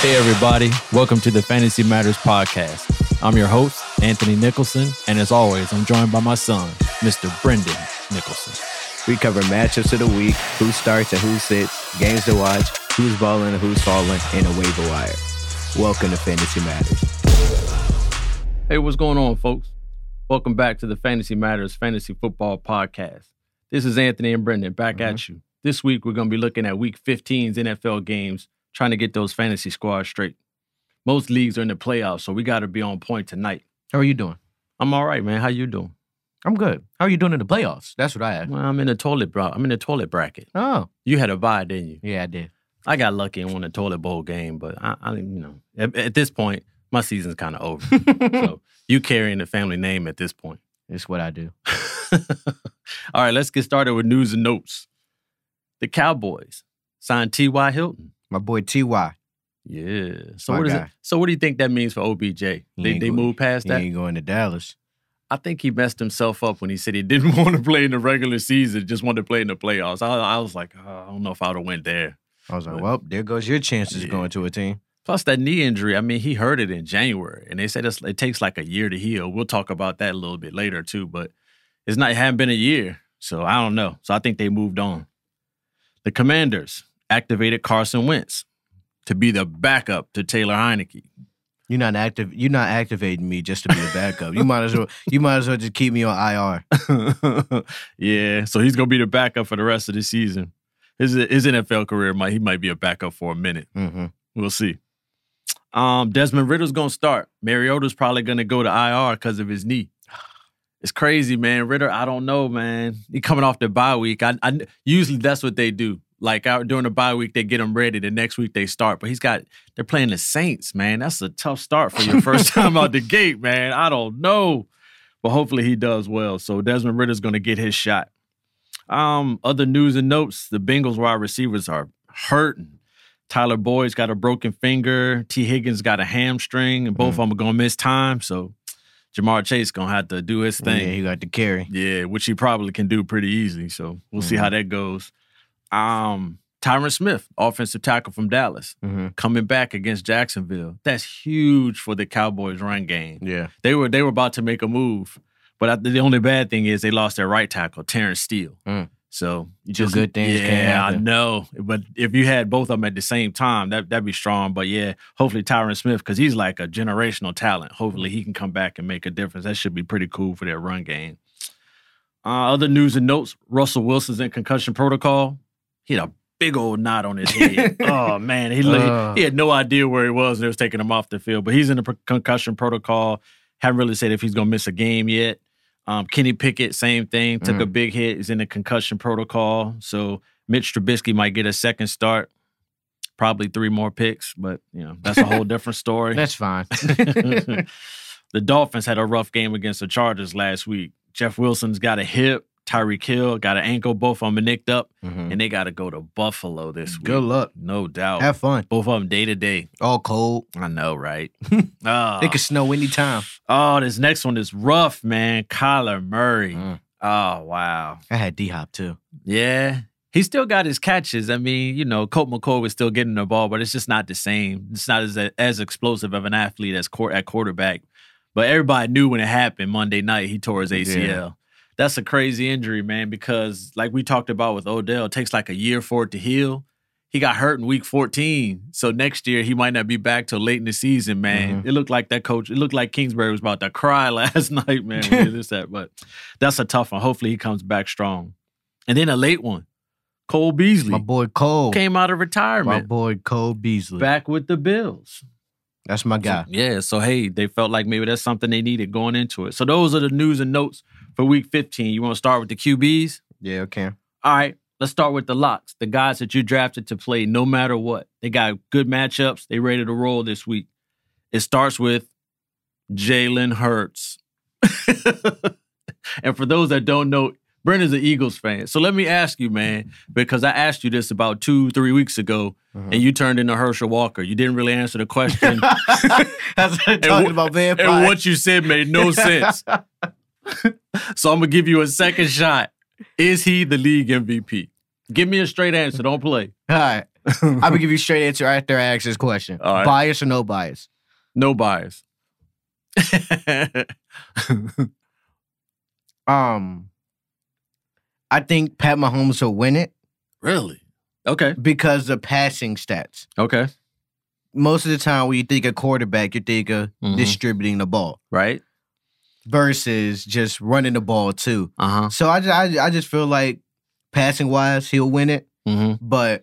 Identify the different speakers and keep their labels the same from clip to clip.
Speaker 1: Hey, everybody. Welcome to the Fantasy Matters Podcast. I'm your host, Anthony Nicholson. And as always, I'm joined by my son, Mr. Brendan Nicholson.
Speaker 2: We cover matchups of the week, who starts and who sits, games to watch, who's balling and who's falling, and a waiver wire. Welcome to Fantasy Matters.
Speaker 1: Hey, what's going on, folks? Welcome back to the Fantasy Matters Fantasy Football Podcast. This is Anthony and Brendan back at you. This week, we're going to be looking at Week 15's NFL games, trying to get those fantasy squads straight. Most leagues are in the playoffs, so we got to be on point tonight.
Speaker 3: How are you doing?
Speaker 1: I'm all right, man. How you doing?
Speaker 3: I'm good. How are you doing in the playoffs? That's what I asked.
Speaker 1: Well, I'm in the toilet, bro. I'm in the toilet bracket.
Speaker 3: Oh,
Speaker 1: You had a bye, didn't you?
Speaker 3: yeah, I did.
Speaker 1: I got lucky and won a toilet bowl game, but I, I didn't, you know, at, at this point, my season's kind of over. so you carrying the family name at this point.
Speaker 3: It's what I do.
Speaker 1: All right, let's get started with news and notes. The Cowboys signed T.Y. Hilton.
Speaker 2: My boy Ty,
Speaker 1: Yeah. So
Speaker 2: My
Speaker 1: what is it?
Speaker 2: guy.
Speaker 1: So what do you think that means for OBJ? They
Speaker 2: ain't
Speaker 1: they
Speaker 2: go-
Speaker 1: move past
Speaker 2: he
Speaker 1: that?
Speaker 2: ain't going to Dallas.
Speaker 1: I think he messed himself up when he said he didn't want to play in the regular season, just wanted to play in the playoffs. I, I was like, oh, I don't know if I would have went there.
Speaker 2: I was like,
Speaker 1: But-
Speaker 2: well, there goes your chances
Speaker 1: Yeah.
Speaker 2: going to a team.
Speaker 1: Plus that knee injury, I mean, he hurt it in January, and they said it's, it takes like a year to heal. We'll talk about that a little bit later too, but it's not it hadn't been a year, so I don't know. So I think they moved on. The Commanders activated Carson Wentz to be the backup to Taylor Heineke.
Speaker 2: You're not active. You're not activating me just to be a backup. you might as well. You might as well just keep me on IR.
Speaker 1: yeah, so he's gonna be the backup for the rest of the season. His his NFL career might he might be a backup for a minute.
Speaker 2: Mm-hmm.
Speaker 1: We'll see. Um, Desmond Ritter's gonna start. Mariota's probably gonna go to IR because of his knee. It's crazy, man. Ritter, I don't know, man. He coming off the bye week. I, I usually that's what they do. Like out during the bye week, they get him ready. The next week they start. But he's got they're playing the Saints, man. That's a tough start for your first time out the gate, man. I don't know. But hopefully he does well. So Desmond Ritter's gonna get his shot. Um, other news and notes, the Bengals wide receivers are hurting. Tyler Boyd's got a broken finger. T. Higgins got a hamstring, and both of them are gonna miss time. So Jamar Chase gonna have to do his
Speaker 2: Yeah,
Speaker 1: thing.
Speaker 2: he got to carry.
Speaker 1: Yeah, which he probably can do pretty easily. So we'll see how that goes. Um, Tyron Smith, offensive tackle from Dallas,
Speaker 2: Mm-hmm.
Speaker 1: coming back against Jacksonville. That's huge for the Cowboys' run game.
Speaker 2: Yeah,
Speaker 1: They were they were about to make a move, but I, the only bad thing is they lost their right tackle, Terrence Steele.
Speaker 2: Mm.
Speaker 1: So you
Speaker 2: Two good things
Speaker 1: yeah,
Speaker 2: can
Speaker 1: I
Speaker 2: happen.
Speaker 1: know. But if you had both of them at the same time, that that'd be strong. But yeah, hopefully Tyron Smith, because he's like a generational talent. Hopefully he can come back and make a difference. That should be pretty cool for their run game. Uh, other news and notes: Russell Wilson's in concussion protocol. He had a big old knot on his head. oh man,
Speaker 3: Uh,
Speaker 1: he looked,
Speaker 2: Ugh.
Speaker 1: he had no idea where he was, and they was taking him off the field. But he's in the per- concussion protocol. Haven't really said if he's gonna miss a game yet. Um, Kenny Pickett, same thing. Took a big hit. Is in the concussion protocol. So Mitch Trubisky might get a second start, probably three more picks. But you know that's a whole different story.
Speaker 3: That's fine.
Speaker 2: Mm-hmm.
Speaker 1: the Dolphins had a rough game against the Chargers last week. Jeff Wilson's got a hip. Tyreek Hill got an ankle. Both of them nicked up,
Speaker 2: Mhm.
Speaker 1: and they got to go to Buffalo this week.
Speaker 2: Good luck.
Speaker 1: No doubt.
Speaker 2: Have fun.
Speaker 1: Both of them day to day.
Speaker 2: All cold.
Speaker 1: I know, right? Ah.
Speaker 2: It could snow anytime.
Speaker 1: oh, this next one is rough, man. Kyler Murray.
Speaker 2: Mm.
Speaker 1: Oh, wow.
Speaker 2: I had D Hop too.
Speaker 1: Yeah. He still got his catches. I mean, you know, Colt McCoy was still getting the ball, but it's just not the same. It's not as as explosive of an athlete as court at quarterback. But everybody knew when it happened Monday night, he tore his ACL. That's a crazy injury, man, because like we talked about with Odell, it takes like a year for it to heal. He got hurt in week 14. So next year he might not be back till late in the season, man.
Speaker 2: Mm-hmm.
Speaker 1: It looked like that coach, it looked like Kingsbury was about to cry last night, man. When he did this, that. But that's a tough one. Hopefully he comes back strong. And then a late one, Cole Beasley
Speaker 2: My boy Cole.
Speaker 1: came out of
Speaker 2: My
Speaker 1: retirement,
Speaker 2: boy Cole Beasley.
Speaker 1: back with the Bills.
Speaker 2: That's my guy.
Speaker 1: Yeah, so hey, they felt like maybe that's something they needed going into it. So those are the news and notes for Week 15. You want to start with the QBs?
Speaker 2: Yeah, okay.
Speaker 1: All right, let's start with the locks, the guys that you drafted to play no matter what. They got good matchups. They ready to roll this week. It starts with Jalen Hurts. and for those that don't know, Brendan's an Eagles fan. So let me ask you, man, because I asked you this about two, three weeks ago, and you turned into Herschel Walker. You didn't really answer the question.
Speaker 2: That's what I'm
Speaker 1: And
Speaker 2: talking
Speaker 1: wh-
Speaker 2: about vampire.
Speaker 1: and what you said made no sense. so I'm gonna give you a second shot. Is he the league MVP? Give me a straight answer. Don't play.
Speaker 2: All right.
Speaker 3: I'm gonna give you a straight answer after I ask this question.
Speaker 1: All right.
Speaker 3: Bias or no bias?
Speaker 1: No bias.
Speaker 3: Um, I think Pat Mahomes will win it
Speaker 1: really? Okay.
Speaker 3: because of passing stats.
Speaker 1: Okay.
Speaker 3: Most of the time, when you think of quarterback, you think of
Speaker 1: Mhm.
Speaker 3: distributing the ball
Speaker 1: Right.
Speaker 3: versus just running the ball too.
Speaker 1: Uh huh.
Speaker 3: So I just, I, I just feel like passing wise, he'll win it.
Speaker 1: Mm-hmm.
Speaker 3: But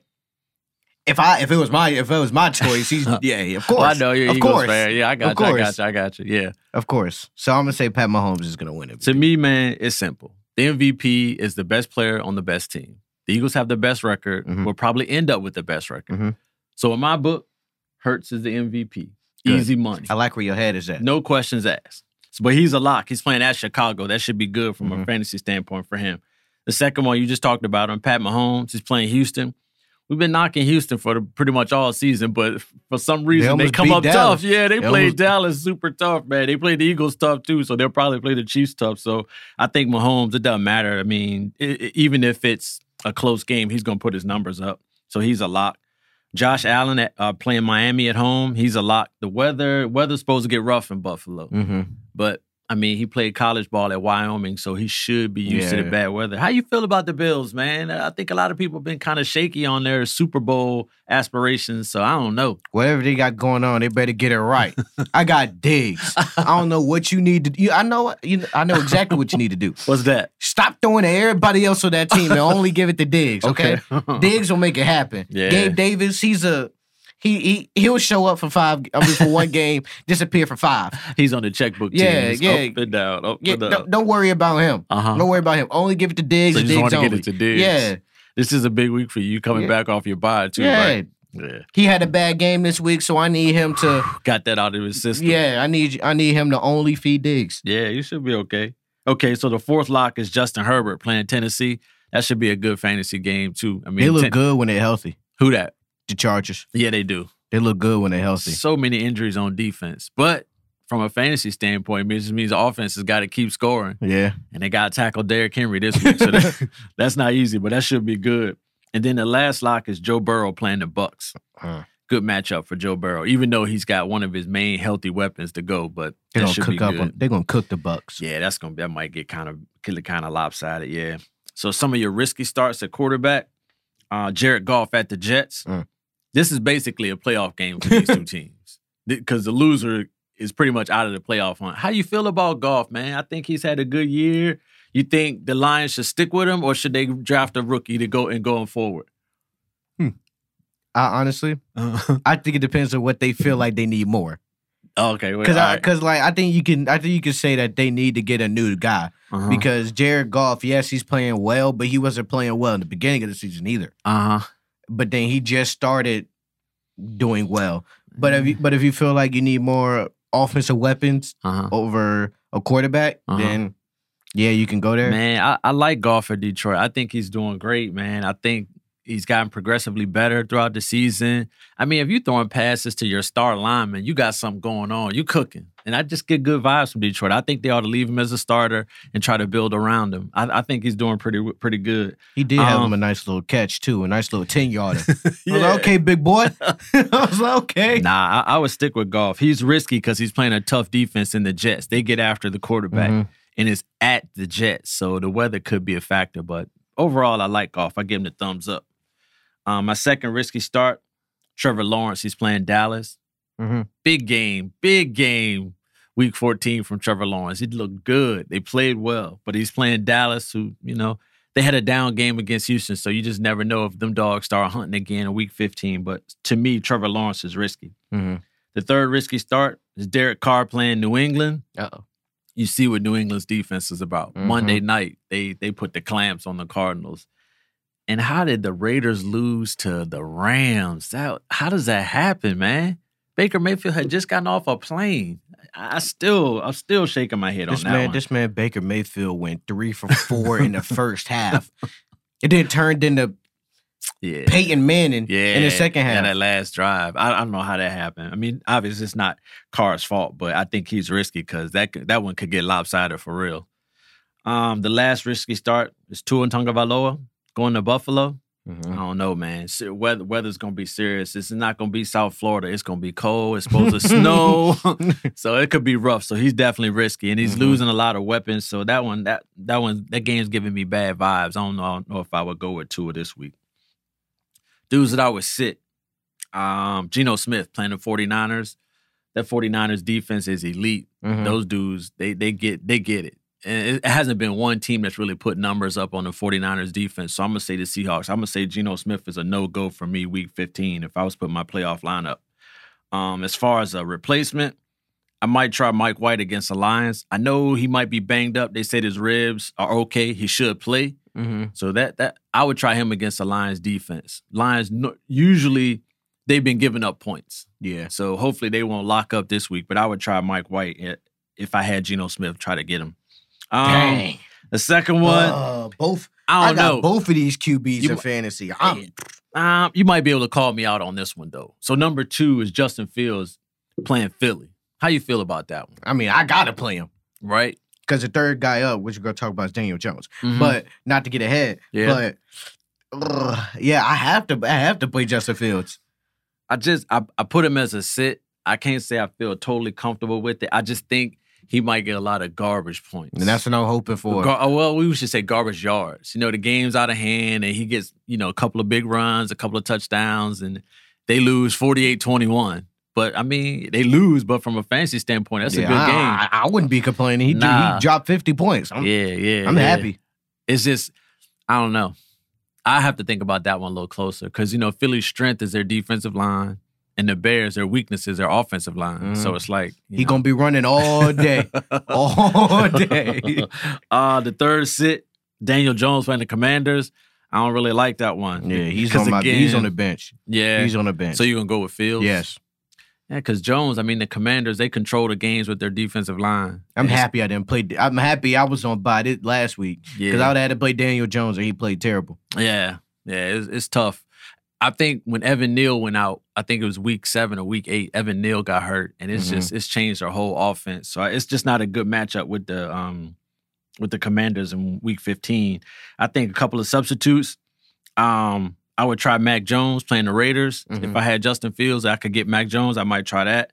Speaker 3: if I if it was my if it was my choice, he's yeah, yeah, of course,
Speaker 1: I know you're
Speaker 3: of
Speaker 1: Eagles
Speaker 3: course,
Speaker 1: fan. Yeah, I got
Speaker 3: Of
Speaker 1: you. I
Speaker 3: course.
Speaker 1: got you. I got you. Yeah.
Speaker 3: of course. So I'm gonna say Pat Mahomes is gonna win it.
Speaker 1: To me, man, it's simple. The MVP is the best player on the best team. The Eagles have the best record.
Speaker 3: Mhm.
Speaker 1: Will probably end up with the best record.
Speaker 3: Mhm.
Speaker 1: So in my book, Hertz is the MVP.
Speaker 3: Good.
Speaker 1: Easy money.
Speaker 3: I like where your head is at.
Speaker 1: No questions asked. But he's a lock. He's playing at Chicago. That should be good from a
Speaker 3: Mhm.
Speaker 1: fantasy standpoint for him. The second one you just talked about on Pat Mahomes. He's playing Houston. We've been knocking Houston for the, pretty much all season, but for some reason they,
Speaker 3: almost
Speaker 1: come
Speaker 3: beat
Speaker 1: up
Speaker 3: Dallas.
Speaker 1: tough. Yeah, they,
Speaker 3: They
Speaker 1: played
Speaker 3: almost-
Speaker 1: Dallas super tough, man. They played the Eagles tough too, so they'll probably play the Chiefs tough. So I think Mahomes, it doesn't matter. I mean, i i- even if it's a close game, he's going to put his numbers up. So he's a lock. Josh Allen at, uh, playing Miami at home. He's a lock. The weather weather's supposed to get rough in Buffalo,
Speaker 3: Mm-hmm.
Speaker 1: but I mean he played college ball at Wyoming, so he should be used to
Speaker 3: Yeah.
Speaker 1: the bad weather. How you feel about the Bills, man? I think a lot of people have been kind of shaky on their Super Bowl aspirations, so I don't know.
Speaker 3: Whatever they got going on, they better get it right. I got digs. I don't know what you need to. You, I know. what- You, I know exactly what you need to do.
Speaker 1: What's that?
Speaker 3: Stop throwing to everybody else on that team and only give it to Diggs. Okay, Diggs will make it happen.
Speaker 1: Yeah.
Speaker 3: Gabe Davis, he's a he. He he'll show up for five. I mean, for one game, disappear for five.
Speaker 1: He's on the checkbook.
Speaker 3: Yeah,
Speaker 1: teams.
Speaker 3: yeah.
Speaker 1: Up and down. Up
Speaker 3: Yeah,
Speaker 1: and
Speaker 3: don't,
Speaker 1: down.
Speaker 3: don't worry about him.
Speaker 1: Uh huh.
Speaker 3: Don't worry about him. Only give it to Diggs.
Speaker 1: So you
Speaker 3: and Diggs
Speaker 1: just want to get
Speaker 3: only.
Speaker 1: it to Diggs.
Speaker 3: Yeah,
Speaker 1: This is a big week for you coming
Speaker 3: Yeah.
Speaker 1: back off your bye too.
Speaker 3: yeah.
Speaker 1: Right? Yeah.
Speaker 3: He had a bad game this week, so I need him to.
Speaker 1: Got that out of his system.
Speaker 3: Yeah, I need I need him to only feed Diggs.
Speaker 1: Yeah, you should be okay. Okay, so the fourth lock is Justin Herbert playing Tennessee. That should be a good fantasy game too. I mean,
Speaker 3: They look
Speaker 1: Ten-
Speaker 3: good when they're healthy.
Speaker 1: Who that?
Speaker 3: The Chargers.
Speaker 1: Yeah, they do.
Speaker 3: They look good when they're healthy.
Speaker 1: So many injuries on defense, but from a fantasy standpoint, it just means the offense has got to keep scoring,
Speaker 3: Yeah.
Speaker 1: and they got to tackle Derrick Henry this week. So that, that's not easy, but that should be good. And then the last lock is Joe Burrow playing the Bucks.
Speaker 3: Huh.
Speaker 1: Good matchup for Joe Burrow, even though he's got one of his main healthy weapons to go. But
Speaker 3: They're
Speaker 1: that
Speaker 3: gonna
Speaker 1: should
Speaker 3: cook
Speaker 1: be
Speaker 3: up
Speaker 1: good.
Speaker 3: on they're gonna cook the Bucks.
Speaker 1: Yeah, that's gonna that might get kind of kind of lopsided. Yeah. So some of your risky starts at quarterback, uh, Jared Goff at the Jets.
Speaker 3: Mm.
Speaker 1: This is basically a playoff game for these two teams because the loser is pretty much out of the playoff hunt. How you feel about Goff, man? I think he's had a good year. You think the Lions should stick with him, or should they draft a rookie to go and going forward?
Speaker 3: I honestly I think it depends on what they feel like they need more.
Speaker 1: okay, well,
Speaker 3: Cause I,
Speaker 1: all right.
Speaker 3: cause like I think you can I think you can say that they need to get a new guy.
Speaker 1: Uh-huh.
Speaker 3: Because Jared Goff, yes, he's playing well, but he wasn't playing well in the beginning of the season either.
Speaker 1: uh-huh.
Speaker 3: But then he just started doing well. But
Speaker 1: Mm.
Speaker 3: if you, but if you feel like you need more offensive weapons
Speaker 1: uh-huh.
Speaker 3: over a quarterback,
Speaker 1: Uh-huh.
Speaker 3: then yeah, you can go there.
Speaker 1: Man, I, I like golf at Detroit. I think he's doing great, man. I think he's gotten progressively better throughout the season. I mean, if you're throwing passes to your star lineman, you got something going on. You cooking. And I just get good vibes from Detroit. I think they ought to leave him as a starter and try to build around him. I, I think he's doing pretty pretty good.
Speaker 3: He did have
Speaker 1: Um,
Speaker 3: him a nice little catch too, a nice little ten yarder. I was like, okay, big boy. I was like, okay.
Speaker 1: Nah, I, I would stick with golf. He's risky because he's playing a tough defense in the Jets. They get after the quarterback.
Speaker 3: Mhm.
Speaker 1: and it's at the Jets, so the weather could be a factor. But overall, I like golf. I give him the thumbs up. Um, my second risky start, Trevor Lawrence. He's playing Dallas.
Speaker 3: Mhm.
Speaker 1: Big game, big game. Week 14 from Trevor Lawrence. He looked good. They played well, but he's playing Dallas, who you know they had a down game against Houston, so you just never know if them dogs start hunting again in Week 15. But to me, Trevor Lawrence is risky.
Speaker 3: Mhm.
Speaker 1: The third risky start is Derek Carr playing New England
Speaker 3: Uh-oh.
Speaker 1: you see what New England's defense is about.
Speaker 3: Mhm.
Speaker 1: Monday night, they they put the clamps on the Cardinals. And how did the Raiders lose to the Rams? That, how does that happen, man? Baker Mayfield had just gotten off a plane. I I still, I'm still shaking my head
Speaker 3: This
Speaker 1: on that
Speaker 3: man,
Speaker 1: one.
Speaker 3: this man Baker Mayfield went three for four in the first half. It then turned into
Speaker 1: yeah.
Speaker 3: Peyton Manning
Speaker 1: Yeah,
Speaker 3: in the second
Speaker 1: yeah,
Speaker 3: half.
Speaker 1: that last drive, I, I don't know how that happened. I mean, obviously it's not Carr's fault, but I think he's risky because that could- that one could get lopsided for real. Um, the last risky start is Tua and Tagovailoa going to Buffalo. I
Speaker 3: Mm-hmm.
Speaker 2: Mhm.
Speaker 1: don't know, man. Se- Weather weather's gonna be serious. It's not gonna be South Florida. It's gonna be cold. It's supposed to snow, so it could be rough. So he's definitely risky, and he's
Speaker 2: Mhm.
Speaker 1: losing a lot of weapons. So that one, that that one, that game's giving me bad vibes. I don't know, I don't know if I would go with Tua this week. Dudes that I would sit, um, Geno Smith playing the 49ers. That 49ers defense is elite.
Speaker 3: Mm-hmm.
Speaker 2: Mhm.
Speaker 1: Those dudes, they they get they get it. And it hasn't been one team that's really put numbers up on the 49ers defense. So I'm gonna say the Seahawks. I'm gonna say Geno Smith is a no-go for me week 15 if I was putting my playoff lineup. Um, as far as a replacement, I might try Mike White against the Lions. I know he might be banged up. They said his ribs are okay. He should play.
Speaker 3: Mm-hmm.
Speaker 2: Mhm.
Speaker 1: So that that I would try him against the Lions defense. Lions no, usually they've been giving up points.
Speaker 3: Yeah.
Speaker 1: So hopefully they won't lock up this week, but I would try Mike White i- if I had Geno Smith try to get him. Um,
Speaker 3: Dang.
Speaker 1: The second one,
Speaker 3: Uh, both.
Speaker 1: I
Speaker 3: I,
Speaker 1: don't
Speaker 3: got
Speaker 1: know.
Speaker 3: both of these QBs
Speaker 1: You
Speaker 3: in
Speaker 1: mi-
Speaker 3: fantasy. I'm,
Speaker 1: Um, you might be able to call me out on this one though. So number two is Justin Fields playing Philly. How you feel about that one?
Speaker 3: I mean, I gotta play him
Speaker 1: Right?
Speaker 3: because the third guy up, which we're gonna talk about, is Daniel Jones.
Speaker 1: Mhm.
Speaker 3: But not to get ahead.
Speaker 1: yeah,
Speaker 3: But ugh, yeah, I have to. I have to play Justin Fields.
Speaker 1: I just I, I put him as a sit. I can't say I feel totally comfortable with it. I just think he might get a lot of garbage points.
Speaker 3: And that's what I'm hoping for.
Speaker 1: Gar- oh, well, we should say garbage yards. You know, the game's out of hand and he gets, you know, a couple of big runs, a couple of touchdowns, and they lose 48 21. But I mean, they lose, but from a fantasy standpoint, that's
Speaker 3: Yeah,
Speaker 1: a good
Speaker 3: I,
Speaker 1: game.
Speaker 3: I, I wouldn't be complaining. He,
Speaker 1: Nah.
Speaker 3: he dropped 50 points. I'm,
Speaker 1: yeah, yeah.
Speaker 3: I'm
Speaker 1: yeah.
Speaker 3: happy.
Speaker 1: It's just, I don't know. I have to think about that one a little closer because, you know, Philly's strength is their defensive line and the Bears, their weakness is their offensive line. So
Speaker 3: Mhm.
Speaker 1: it's like, you
Speaker 3: He
Speaker 1: know.
Speaker 3: gonna be running all day, all day.
Speaker 1: uh, the third sit, Daniel Jones playing the Commanders. I don't really like that one.
Speaker 3: Yeah, he's
Speaker 1: 'Cause
Speaker 3: on my. he's
Speaker 1: again-
Speaker 3: on the bench.
Speaker 1: Yeah.
Speaker 3: He's on the bench.
Speaker 1: so you're gonna go with Fields?
Speaker 3: yes,
Speaker 1: Yeah, because Jones, I mean the commanders, they control the games with their defensive line.
Speaker 3: I'm
Speaker 1: It's-
Speaker 3: happy I didn't play. I'm happy I was on by it last week because I
Speaker 1: Yeah.
Speaker 3: would have had to play Daniel Jones and he played terrible.
Speaker 1: yeah. Yeah. It's, it's tough. I think when Evan Neal went out, I think it was week seven or week eight, Evan Neal got hurt. And it's
Speaker 3: Mm-hmm.
Speaker 2: Mhm.
Speaker 1: just it's changed their whole offense. So it's just not a good matchup with the um with the commanders in week 15. I think a couple of substitutes. Um, I would try Mac Jones playing the Raiders. If
Speaker 3: Mm-hmm.
Speaker 2: Mhm.
Speaker 1: I had Justin Fields, I could get Mac Jones. I might try that.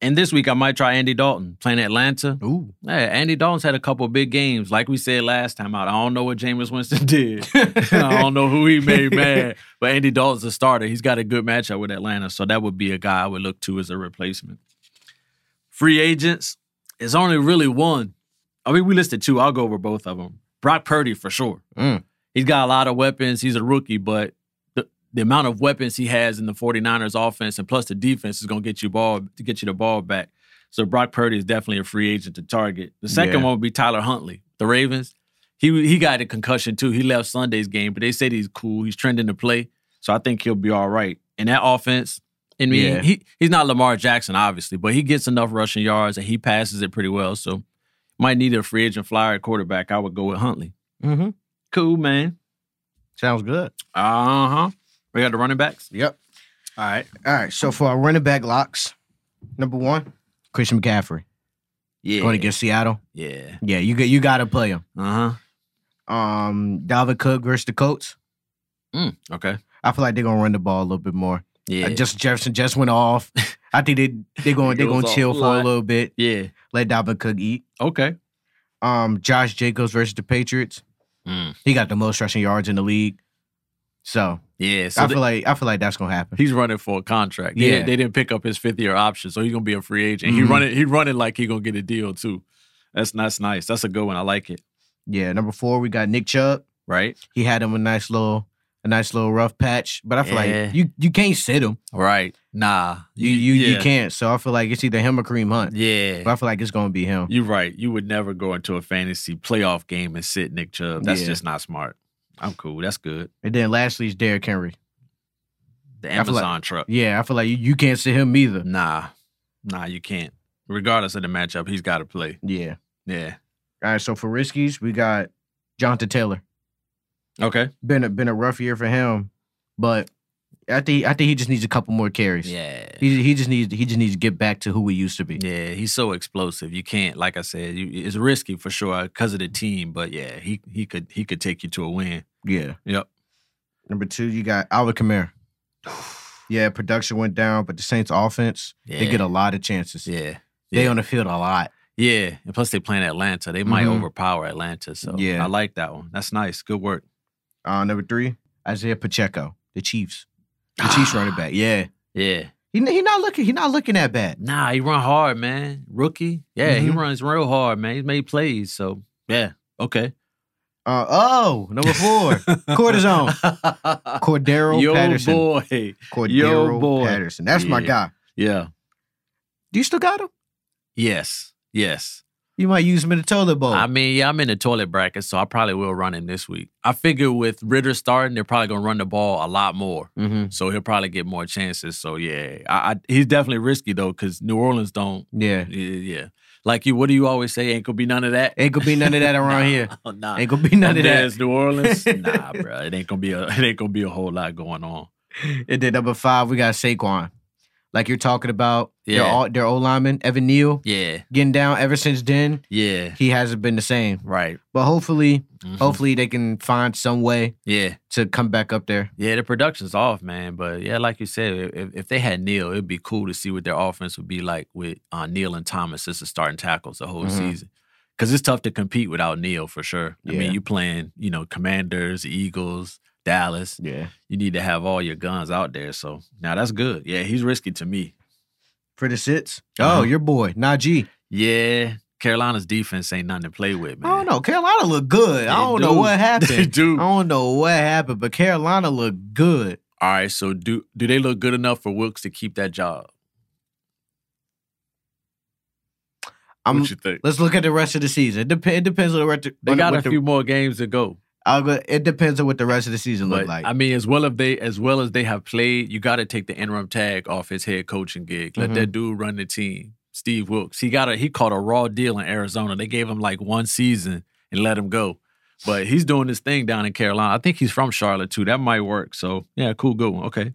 Speaker 1: And this week I might try Andy Dalton playing Atlanta.
Speaker 3: Ooh,
Speaker 1: Yeah, Andy Dalton's had a couple of big games. Like we said last time out, I don't know what Jameis Winston did. I don't know who he made mad. But Andy Dalton's a starter. He's got a good matchup with Atlanta. So that would be a guy I would look to as a replacement. Free agents, it's only really one. I mean, we listed two. I'll go over both of them. Brock Purdy for sure.
Speaker 2: Mm.
Speaker 1: He's got a lot of weapons. He's a rookie, but the, the amount of weapons he has in the 49ers offense and plus the defense is going to get you ball to get you the ball back. So Brock Purdy is definitely a free agent to target. The second
Speaker 3: Yeah.
Speaker 1: one would be Tyler Huntley, the Ravens. He he got a concussion too. He left Sunday's game, but they said he's cool. He's trending to play, so I think he'll be all right. And that offense, I mean,
Speaker 3: Yeah.
Speaker 1: he he's not Lamar Jackson obviously, but he gets enough rushing yards and he passes it pretty well. So might need a free agent flyer at quarterback. I would go with Huntley.
Speaker 3: mm-hmm.
Speaker 1: Cool man.
Speaker 3: sounds good.
Speaker 1: Uh huh. We got the running backs.
Speaker 3: Yep.
Speaker 1: All right.
Speaker 3: All right. So for our running back locks, number one, Christian McCaffrey
Speaker 1: Yeah.
Speaker 3: going against Seattle.
Speaker 1: Yeah.
Speaker 3: Yeah, you got you got to play him.
Speaker 1: Uh huh.
Speaker 3: Um, Dalvin Cook versus the Colts.
Speaker 1: Mm, okay.
Speaker 3: I feel like they're gonna run the ball a little bit more.
Speaker 1: Yeah.
Speaker 3: Uh, Just Jefferson just went off. I think they they're going they're
Speaker 1: It was
Speaker 3: going to
Speaker 1: a
Speaker 3: chill for a
Speaker 1: lot.
Speaker 3: little bit.
Speaker 1: yeah.
Speaker 3: Let Dalvin Cook eat.
Speaker 1: Okay.
Speaker 3: Um, Josh Jacobs versus the Patriots.
Speaker 1: Mm.
Speaker 3: He got the most rushing yards in the league. So,
Speaker 1: Yeah. So
Speaker 3: I
Speaker 1: the-
Speaker 3: feel like I feel like that's gonna happen.
Speaker 1: He's running for a contract. They-
Speaker 3: Yeah.
Speaker 1: they, didn't pick up his fifth year option, so he's gonna be a free agent. He
Speaker 3: Mhm.
Speaker 1: running, he running like he gonna get a deal too. That's that's nice. That's a good one. I like it.
Speaker 3: Yeah, number four we got Nick Chubb.
Speaker 1: Right,
Speaker 3: He had him a nice little a nice little rough patch, but I feel
Speaker 1: Yeah.
Speaker 3: like you you can't sit him.
Speaker 1: right. Nah,
Speaker 3: You you you
Speaker 1: yeah.
Speaker 3: can't. So I feel like it's either him or Kareem Hunt. But
Speaker 1: Yeah,
Speaker 3: I feel like it's gonna be him.
Speaker 1: you're right. You would never go into a fantasy playoff game and sit Nick Chubb. That's
Speaker 3: Yeah.
Speaker 1: just not smart. I'm cool. That's good.
Speaker 3: And then lastly is Derrick Henry.
Speaker 1: The
Speaker 3: I feel
Speaker 1: Amazon
Speaker 3: like-
Speaker 1: truck.
Speaker 3: Yeah, I feel like you, you can't sit him either.
Speaker 1: Nah, nah, you can't. Regardless of the matchup, he's got to play.
Speaker 3: Yeah.
Speaker 1: Yeah.
Speaker 3: All right, so for riskies, we got Jonathan Taylor.
Speaker 1: Okay.
Speaker 3: Been a been a rough year for him, but I think I think he just needs a couple more carries.
Speaker 1: Yeah.
Speaker 3: He, he just needs he just needs to get back to who we used to be.
Speaker 1: Yeah, he's so explosive. You can't, like I said, you, it's risky for sure because of the team. But yeah, he he could he could take you to a win.
Speaker 3: Yeah.
Speaker 1: Yep.
Speaker 3: Number two, you got Alvin Kamara. Yeah, production went down, but the Saints offense,
Speaker 1: Yeah.
Speaker 3: they get a lot of chances.
Speaker 1: yeah.
Speaker 3: They
Speaker 1: Yeah.
Speaker 3: on the field a lot.
Speaker 1: Yeah. And plus they playing Atlanta. They might
Speaker 3: Mhm.
Speaker 1: overpower Atlanta. So
Speaker 3: Yeah.
Speaker 1: I like that one. That's nice. Good work.
Speaker 3: Uh, number three, Isaiah Pacheco, the Chiefs. The Chiefs running back. Yeah.
Speaker 1: Yeah.
Speaker 3: He, he not looking he not looking that bad.
Speaker 1: Nah, he run hard, man. Rookie. Yeah, he
Speaker 3: Mhm.
Speaker 1: runs real hard, man. He's made plays. So yeah. Okay.
Speaker 3: Uh, oh, number four, Cortisone. Cordero
Speaker 1: Yo
Speaker 3: Patterson.
Speaker 1: boy.
Speaker 3: Cordero
Speaker 1: Yo, boy.
Speaker 3: Patterson. That's my
Speaker 1: Yeah.
Speaker 3: guy.
Speaker 1: Yeah.
Speaker 3: Do you still got him?
Speaker 1: Yes. Yes.
Speaker 3: You might use him in the toilet bowl.
Speaker 1: I mean, yeah, I'm in the toilet bracket, so I probably will run him this week. I figure with Ritter starting, they're probably gonna run the ball a lot more.
Speaker 3: mm-hmm.
Speaker 1: So he'll probably get more chances. So yeah. I, I he's definitely risky though, because New Orleans don't
Speaker 3: Yeah.
Speaker 1: yeah, yeah. Like you what do you always say? Ain't gonna be none of that.
Speaker 3: Ain't gonna be none of that around
Speaker 1: Nah,
Speaker 3: here.
Speaker 1: Nah.
Speaker 3: Ain't gonna be none of that.
Speaker 1: There's New Orleans. nah, bro. It ain't gonna be a it ain't gonna be a whole lot going on.
Speaker 3: And then number five, we got Saquon. Like you're talking about, their
Speaker 1: Yeah.
Speaker 3: all, their O lineman Evan Neal
Speaker 1: Yeah,
Speaker 3: getting down. Ever since then,
Speaker 1: yeah.
Speaker 3: he hasn't been the same.
Speaker 1: Right.
Speaker 3: But hopefully,
Speaker 1: Mhm.
Speaker 3: hopefully they can find some way
Speaker 1: Yeah.
Speaker 3: to come back up there.
Speaker 1: Yeah, the production's off, man. But yeah, like you said, if, if they had Neil, it'd be cool to see what their offense would be like with uh, Neil and Thomas as the starting tackles the whole
Speaker 3: Mhm.
Speaker 1: season. Because it's tough to compete without Neil for sure. I
Speaker 3: Yeah.
Speaker 1: mean, you playing, you know, Commanders, Eagles, Dallas.
Speaker 3: Yeah.
Speaker 1: You need to have all your guns out there. So now that's good. Yeah, he's risky to me.
Speaker 3: For the sits.
Speaker 1: Uh-huh.
Speaker 3: Oh, your boy, Najee.
Speaker 1: Yeah, Carolina's defense ain't nothing to play with, man.
Speaker 3: I don't know. Carolina looked good. I
Speaker 1: They
Speaker 3: don't know
Speaker 1: do.
Speaker 3: what
Speaker 1: They
Speaker 3: happened. I
Speaker 1: do. All
Speaker 3: don't know what happened, but Carolina looked good.
Speaker 1: right, so do do they look good enough for Wilkes to keep that job?
Speaker 3: I'm,
Speaker 1: what you think?
Speaker 3: let's look at the rest of the season. It, dep- it depends on the rest.
Speaker 1: They
Speaker 3: on
Speaker 1: got a
Speaker 3: what the-
Speaker 1: few more games to go.
Speaker 3: I'll go- it depends on what the rest of the season
Speaker 1: But
Speaker 3: look like.
Speaker 1: I mean, as well as they as well as they have played, you got to take the interim tag off his head coaching gig. Let
Speaker 3: Mhm.
Speaker 1: that dude run the team. Steve Wilkes, he got a he caught a raw deal in Arizona. They gave him like one season and let him go. But he's doing his thing down in Carolina. I think he's from Charlotte too. That might work. So yeah, cool, good one. Okay.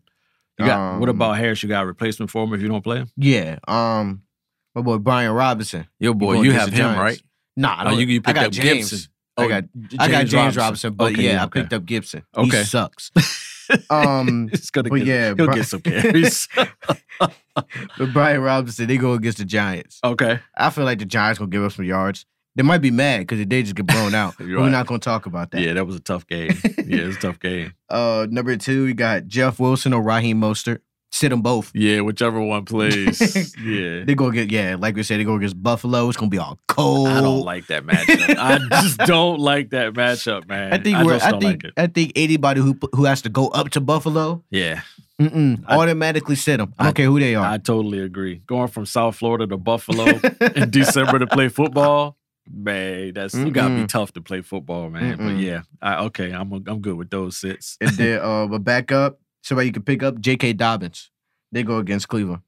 Speaker 1: You got what
Speaker 3: Um,
Speaker 1: about Harris? You got a replacement for him if you don't play him?
Speaker 3: Yeah. Um, my boy Brian Robinson.
Speaker 1: Yo, boy,
Speaker 3: going
Speaker 1: you
Speaker 3: against
Speaker 1: have
Speaker 3: the
Speaker 1: him,
Speaker 3: Giants.
Speaker 1: right?
Speaker 3: Nah, I,
Speaker 1: Oh,
Speaker 3: don't,
Speaker 1: you, you
Speaker 3: I
Speaker 1: picked
Speaker 3: got
Speaker 1: up
Speaker 3: James.
Speaker 1: Gibson.
Speaker 3: I
Speaker 1: Oh,
Speaker 3: got I got James Robinson, but
Speaker 1: Okay,
Speaker 3: yeah,
Speaker 1: yeah,
Speaker 3: I picked up Gibson.
Speaker 1: Okay.
Speaker 3: he sucks. um,
Speaker 1: it's gonna
Speaker 3: but
Speaker 1: get,
Speaker 3: yeah,
Speaker 1: he'll
Speaker 3: Bri-
Speaker 1: get some carries.
Speaker 3: but Brian Robinson, they go against the Giants.
Speaker 1: okay,
Speaker 3: I feel like the Giants gonna give up some yards. They might be mad because they just get blown out.
Speaker 1: You're
Speaker 3: But
Speaker 1: right.
Speaker 3: We're not gonna talk about that.
Speaker 1: yeah, that was a tough game. Yeah, it was a tough game.
Speaker 3: Uh, number two, we got Jeff Wilson or Raheem Mostert. Sit them both.
Speaker 1: Yeah, whichever one plays. yeah.
Speaker 3: They go get yeah, like we said, they go against Buffalo. It's gonna be all cold.
Speaker 1: I don't like that matchup. I just don't like that matchup, man.
Speaker 3: I think we're,
Speaker 1: just
Speaker 3: I
Speaker 1: don't
Speaker 3: think
Speaker 1: like it.
Speaker 3: I think anybody who who has to go up to Buffalo
Speaker 1: Yeah,
Speaker 3: Mm-mm.
Speaker 1: I-
Speaker 3: automatically sit them. I don't
Speaker 1: I-
Speaker 3: care who they are.
Speaker 1: I totally agree. Going from South Florida to Buffalo in December to play football, man, that's you gotta be
Speaker 3: Mm-mm.
Speaker 1: tough to play football, man. But
Speaker 3: Mm-mm.
Speaker 1: yeah, I, okay, I'm I'm good with those sits.
Speaker 3: and then uh, but back up, somebody you can pick up, J.K. Dobbins. They go against Cleveland.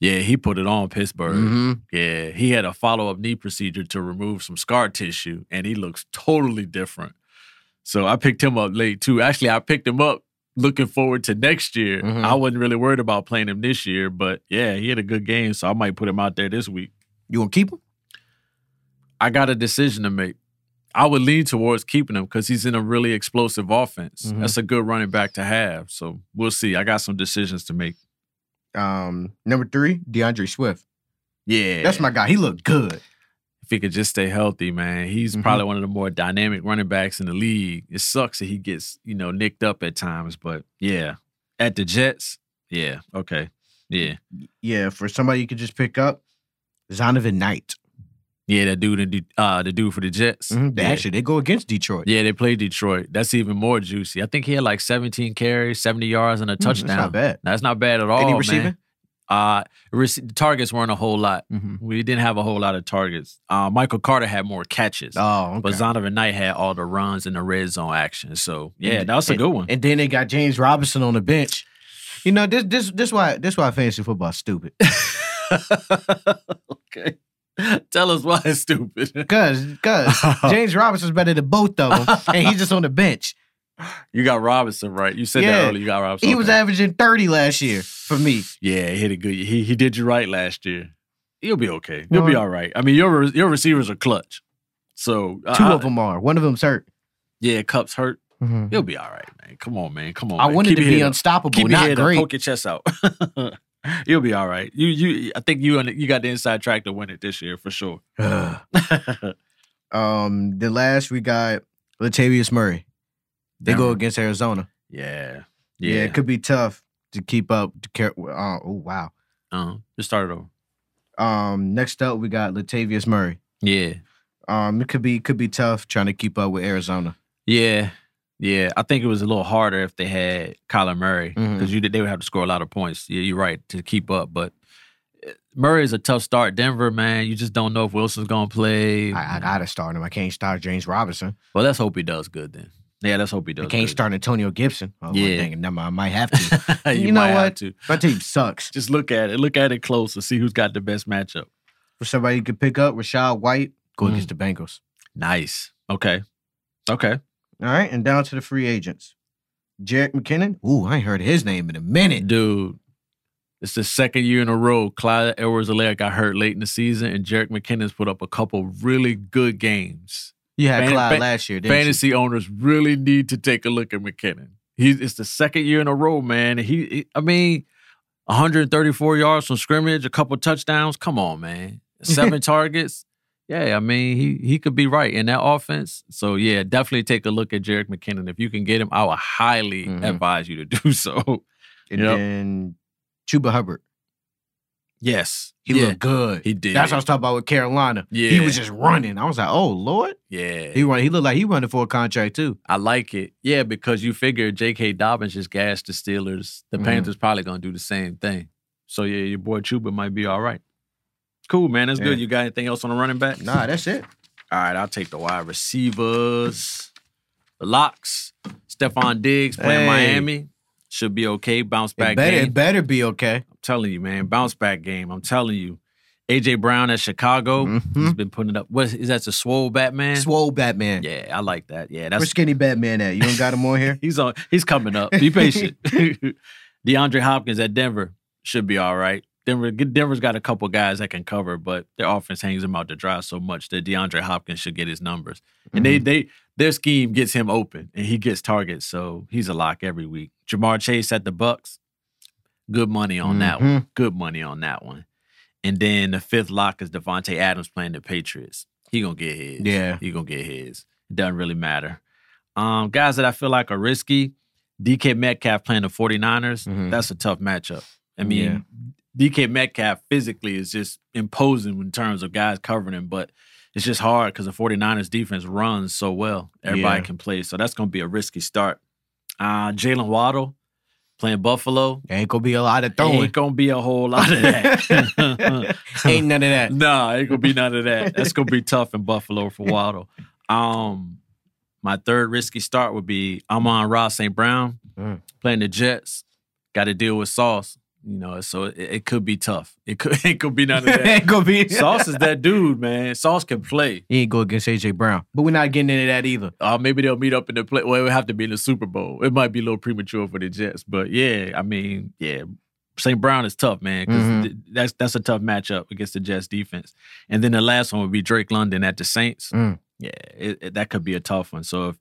Speaker 1: Yeah, he put it on Pittsburgh.
Speaker 3: Mm-hmm.
Speaker 1: Yeah, he had a follow up knee procedure to remove some scar tissue, and he looks totally different. So I picked him up late too. Actually, I picked him up looking forward to next year.
Speaker 3: Mhm.
Speaker 1: I wasn't really worried about playing him this year, but yeah, he had a good game, so I might put him out there this week.
Speaker 3: You gonna keep him?
Speaker 1: I got a decision to make. I would lean towards keeping him because he's in a really explosive offense.
Speaker 3: Mhm.
Speaker 1: That's a good running back to have. So we'll see. I got some decisions to make.
Speaker 3: Um, number three, DeAndre Swift.
Speaker 1: Yeah,
Speaker 3: That's my guy. He looked good.
Speaker 1: if he could just stay healthy, man, he's
Speaker 3: Mhm.
Speaker 1: probably one of the more dynamic running backs in the league. It sucks that he gets, you know, nicked up at times, but yeah. At the Jets, yeah, okay. Yeah.
Speaker 3: Yeah, for somebody you could just pick up, Zonovan Knight.
Speaker 1: Yeah, that dude in De- uh the dude for the Jets.
Speaker 3: They
Speaker 1: Mm-hmm. Yeah.
Speaker 3: Actually, they go against Detroit.
Speaker 1: yeah, they played Detroit. That's even more juicy. I think he had like 17 carries, 70 yards, and a
Speaker 3: Mm,
Speaker 1: touchdown.
Speaker 3: That's not bad.
Speaker 1: That's not bad at all.
Speaker 3: Any
Speaker 1: man.
Speaker 3: receiving?
Speaker 1: Uh rece- the targets weren't a whole lot.
Speaker 3: Mm-hmm.
Speaker 1: We didn't have a whole lot of targets. Uh Michael Carter had more catches.
Speaker 3: Oh, okay.
Speaker 1: But Zonovan Knight had all the runs and the red zone action. So yeah,
Speaker 3: And-
Speaker 1: that was a good one.
Speaker 3: and then they got James Robinson on the bench. You know this this this why this why fantasy football's stupid
Speaker 1: okay. Tell us why it's stupid.
Speaker 3: because because James Robinson's better than both of them, and he's just on the bench.
Speaker 1: you got Robinson, right? You said
Speaker 3: Yeah.
Speaker 1: that earlier. You got Robinson.
Speaker 3: He was
Speaker 1: Okay.
Speaker 3: averaging thirty last year for me.
Speaker 1: Yeah, he hit a good he he did you right last year. You'll be okay. You'll be
Speaker 3: Well-
Speaker 1: all right. I mean, your re- your receivers are clutch. So uh,
Speaker 3: Two of them are. One of them's hurt.
Speaker 1: Yeah, Cup's hurt.
Speaker 2: Mhm.
Speaker 1: You'll be all right, man. Come on, man. Come on.
Speaker 3: I
Speaker 1: man.
Speaker 3: wanted
Speaker 1: Keep
Speaker 3: to
Speaker 1: your
Speaker 3: be
Speaker 1: head up.
Speaker 3: unstoppable,
Speaker 1: Keep your
Speaker 3: not
Speaker 1: head up.
Speaker 3: great.
Speaker 1: Poke your chest out. You'll be all right. You you. I think you on the- you got the inside track to win it this year for sure.
Speaker 3: um, the last we got Latavius Murray. They go against Arizona.
Speaker 1: Yeah.
Speaker 3: Yeah.
Speaker 1: Yeah.
Speaker 3: it could be tough to keep up. To care, uh, oh wow.
Speaker 1: uh-huh. Just start it over.
Speaker 3: Um, next up we got Latavius Murray.
Speaker 1: Yeah.
Speaker 3: Um, it could be could be tough trying to keep up with Arizona.
Speaker 1: Yeah. Yeah. I think it was a little harder if they had Kyler Murray
Speaker 3: Mhm.
Speaker 1: because you did, they would have to score a lot of points. Yeah, you're right to keep up, but. eh, Murray is a tough start. Denver, man, you just don't know if Wilson's gonna play.
Speaker 3: I, I gotta start him. I can't start James Robinson.
Speaker 1: Well, let's hope he does good then. Yeah, let's hope he does.
Speaker 3: I can't
Speaker 1: good.
Speaker 3: start Antonio Gibson. Oh,
Speaker 1: Yeah.
Speaker 3: yeah, dang, never mind, I might have to.
Speaker 1: you
Speaker 3: You know
Speaker 1: might have
Speaker 3: what?
Speaker 1: to.
Speaker 3: My team sucks.
Speaker 1: Just look at it. Look at it close and see who's got the best matchup.
Speaker 3: For somebody you could pick up, Rashad White, go
Speaker 1: Mm.
Speaker 3: against the Bengals.
Speaker 1: Nice. Okay. Okay.
Speaker 3: All right, and down to the free agents. Jarek McKinnon. Ooh, I ain't heard his name in a minute.
Speaker 1: Dude, it's the second year in a row. Clyde Edwards Alaire got hurt late in the season, and Jarek McKinnon's put up a couple really good games.
Speaker 3: You had
Speaker 1: Fan-
Speaker 3: Clyde
Speaker 1: fan-
Speaker 3: last year, didn't you?
Speaker 1: Fantasy owners really need to take a look at McKinnon. He's it's the second year in a row, man. He, he- I mean, 134 yards from scrimmage, a couple touchdowns. Come on, man. Seven targets. Yeah, I mean, he he could be right in that offense. So yeah, definitely take a look at Jarek McKinnon. If you can get him, I would highly
Speaker 3: Mhm.
Speaker 1: advise you to do so.
Speaker 3: And
Speaker 1: Yep.
Speaker 3: then Chuba Hubbard.
Speaker 1: Yes.
Speaker 3: He
Speaker 1: yeah,
Speaker 3: looked good.
Speaker 1: he did.
Speaker 3: That's what I was talking about with Carolina.
Speaker 1: yeah.
Speaker 3: He was just running. I was like, oh Lord.
Speaker 1: yeah.
Speaker 3: He run, he looked like he running for a contract too.
Speaker 1: I like it. Yeah, because you figure J.K. Dobbins just gashed the Steelers. The
Speaker 3: Mhm.
Speaker 1: Panthers probably gonna do the same thing. So yeah, your boy Chuba might be all right. Cool, man. That's
Speaker 3: Yeah.
Speaker 1: good. You got anything else on the running back?
Speaker 3: Nah, that's it.
Speaker 1: All right, I'll take the wide receivers. The locks. Stephon Diggs playing
Speaker 3: Hey.
Speaker 1: Miami. Should be okay. Bounce back
Speaker 3: It better,
Speaker 1: game.
Speaker 3: it better be okay.
Speaker 1: I'm telling you, man. Bounce back game. I'm telling you. AJ Brown at Chicago. He's
Speaker 3: Mhm.
Speaker 1: been putting it up. What is, is that the swole Batman?
Speaker 3: Swole Batman.
Speaker 1: Yeah, I like that. Yeah,
Speaker 3: Where
Speaker 1: that's
Speaker 3: skinny Batman at? You don't got him on here?
Speaker 1: He's on. He's coming up. Be patient. DeAndre Hopkins at Denver should be all right. Denver, Denver's got a couple guys that can cover, but their offense hangs them out to dry so much that DeAndre Hopkins should get his numbers. And they, they, their scheme gets him open, and he gets targets, so he's a lock every week. Jamar Chase at the Bucks, good money on
Speaker 3: Mm-hmm.
Speaker 1: that one. Good money on that one. And then the fifth lock is Devontae Adams playing the Patriots. He gonna get his.
Speaker 3: Yeah.
Speaker 1: he gonna get his. It doesn't really matter. Um, guys that I feel like are risky, DK Metcalf playing the 49ers,
Speaker 3: Mhm.
Speaker 1: that's a tough matchup. I mean,
Speaker 3: Yeah.
Speaker 1: DK Metcalf physically is just imposing in terms of guys covering him, but it's just hard because the 49ers defense runs so well. Everybody
Speaker 3: Yeah.
Speaker 1: can play. So that's going to be a risky start. Uh, Jalen Waddle playing Buffalo.
Speaker 3: Ain't gonna be a lot of throwing.
Speaker 1: Ain't going to be a whole lot of that.
Speaker 3: Ain't none of that.
Speaker 1: Nah, ain't gonna be none of that. That's gonna be tough in Buffalo for Waddle. Um, my third risky start would be Amon Ross St. Brown
Speaker 3: Mm.
Speaker 1: playing the Jets. Got to deal with Sauce, you know. So it, it could be tough. It could it could be none of that.
Speaker 3: Ain't gonna be
Speaker 1: Sauce is that dude, man. Sauce can play.
Speaker 3: He ain't go against AJ Brown, but we're not getting into that either.
Speaker 1: Uh, maybe they'll meet up in the play. Well, it would have to be in the Super Bowl. It might be a little premature for the Jets, but yeah, I mean, yeah, St. Brown is tough, man. 'cause
Speaker 3: Mhm.
Speaker 1: th- that's that's a tough matchup against the Jets defense. And then the last one would be Drake London at the Saints.
Speaker 3: Mm.
Speaker 1: Yeah, it, it- that could be a tough one. So if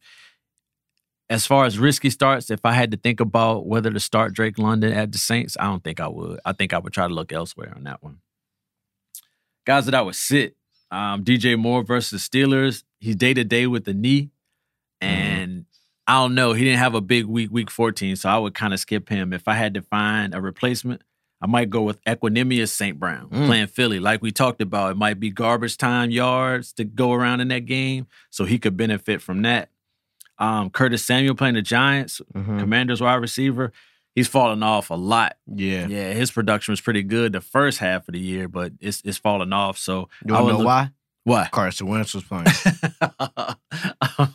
Speaker 1: as far as risky starts, if I had to think about whether to start Drake London at the Saints, I don't think I would. I think I would try to look elsewhere on that one. Guys that I would sit, um, DJ Moore versus Steelers. He's day to day with the knee,
Speaker 3: Mm-hmm.
Speaker 1: and I don't know. He didn't have a big week, week fourteen, so I would kind of skip him. If I had to find a replacement, I might go with Equinemius St. Brown
Speaker 3: Mm.
Speaker 1: playing Philly, like we talked about. It might be garbage time yards to go around in that game, so he could benefit from that. Um, Curtis Samuel playing the Giants,
Speaker 3: Mm. Mm-hmm.
Speaker 1: Commanders wide receiver. He's fallen off a lot.
Speaker 3: Yeah.
Speaker 1: Yeah, his production was pretty good the first half of the year, but it's it's fallen off. So
Speaker 3: You
Speaker 1: I
Speaker 3: wanna
Speaker 1: would
Speaker 3: know
Speaker 1: look-
Speaker 3: why?
Speaker 1: What?
Speaker 3: Carson Wentz was playing.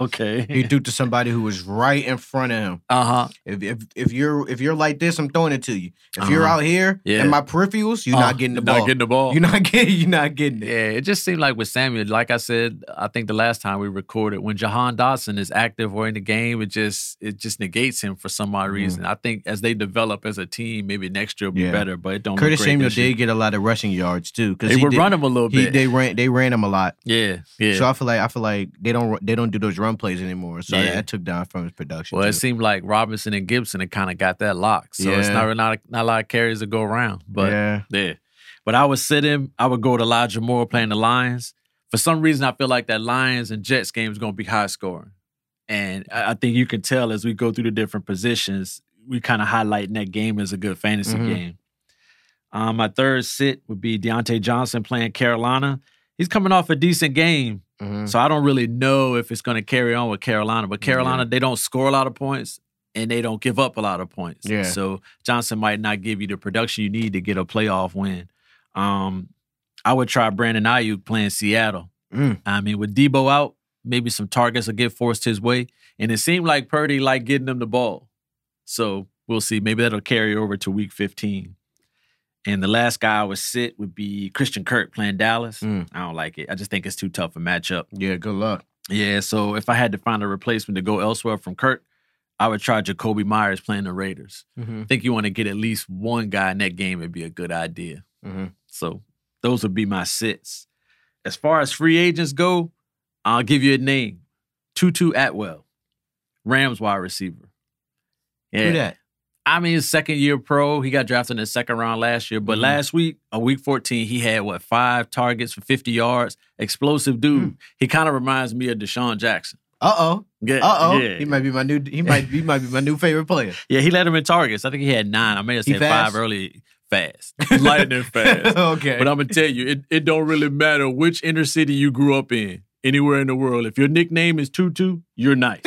Speaker 1: okay.
Speaker 3: he threw to somebody who was right in front of him.
Speaker 1: Uh huh.
Speaker 3: If, if if you're if you're like this, I'm throwing it to you. If you're
Speaker 1: Uh-huh.
Speaker 3: out here
Speaker 1: Yeah.
Speaker 3: in my peripherals, you're Oh. not getting the
Speaker 1: Not
Speaker 3: ball.
Speaker 1: getting the ball.
Speaker 3: You're not getting. You're not getting it.
Speaker 1: Yeah, it just seemed like with Samuel, like I said, I think the last time we recorded, when Jahan Dotson is active or in the game, it just it just negates him for some odd reason. I think as they develop as a team, maybe next year will be
Speaker 3: Mm-hmm. Yeah.
Speaker 1: better, but it don't.
Speaker 3: Curtis
Speaker 1: look great
Speaker 3: Samuel
Speaker 1: this year.
Speaker 3: did get a lot of rushing yards too because
Speaker 1: They
Speaker 3: he
Speaker 1: would
Speaker 3: did,
Speaker 1: run him a little
Speaker 3: He
Speaker 1: bit.
Speaker 3: they ran they ran him a lot. lot.
Speaker 1: Yeah, yeah.
Speaker 3: So I feel like I feel like they don't they don't do those run plays anymore. So
Speaker 1: Yeah.
Speaker 3: that took down from his production.
Speaker 1: well, it
Speaker 3: too.
Speaker 1: seemed like Robinson and Gibson had kind of got that locked. So it's
Speaker 3: Yeah.
Speaker 1: not, not not a lot of carries to go around. But
Speaker 3: yeah,
Speaker 1: Yeah. But I would sit him. I would go with Elijah Moore playing the Lions. For some reason, I feel like that Lions and Jets game is going to be high scoring. And I I think you can tell as we go through the different positions, we kind of highlighting that game as a good fantasy
Speaker 3: Mhm.
Speaker 1: game. Um, my third sit would be Deontay Johnson playing Carolina. He's coming off a decent game.
Speaker 3: Mhm.
Speaker 1: So I don't really know if it's going to carry on with Carolina, but Carolina they don't score a lot of points and they don't give up a lot of points.
Speaker 3: Yeah.
Speaker 1: So Johnson might not give you the production you need to get a playoff win. Um, I would try Brandon Ayuk playing Seattle.
Speaker 3: Mm.
Speaker 1: I mean, with Debo out, maybe some targets will get forced his way, and it seemed like Purdy liked getting him the ball. So we'll see. Maybe that'll carry over to Week 15. And the last guy I would sit would be Christian Kirk playing Dallas.
Speaker 3: Mm.
Speaker 1: I don't like it. I just think it's too tough a matchup.
Speaker 3: yeah. Good luck.
Speaker 1: Yeah, so if I had to find a replacement to go elsewhere from Kirk, I would try Jacoby Myers playing the Raiders. I think you want to get at least one guy in that game, it'd be a good idea.
Speaker 3: Mhm.
Speaker 1: So those would be my sits. As far as free agents go, I'll give you a name Tutu Atwell, Rams wide receiver.
Speaker 3: Do
Speaker 1: Yeah.
Speaker 3: that.
Speaker 1: I mean, he's second year pro. He got drafted in the second round last year. But
Speaker 3: Mhm.
Speaker 1: last week, on week 14, he had what, five targets for 50 yards? Explosive dude. He kind of reminds me of Deshaun Jackson.
Speaker 3: Uh oh.
Speaker 1: Yeah,
Speaker 3: Uh oh.
Speaker 1: yeah.
Speaker 3: He might be my new. He might. He might be my new favorite player.
Speaker 1: yeah, he led him in targets. I think he had nine. I may have
Speaker 3: He
Speaker 1: said
Speaker 3: fast?
Speaker 1: five early. Fast, lightning fast.
Speaker 3: okay.
Speaker 1: But uh, I'm gonna tell you, it, it don't really matter which inner city you grew up in, anywhere in the world. If your nickname is Tutu, you're nice.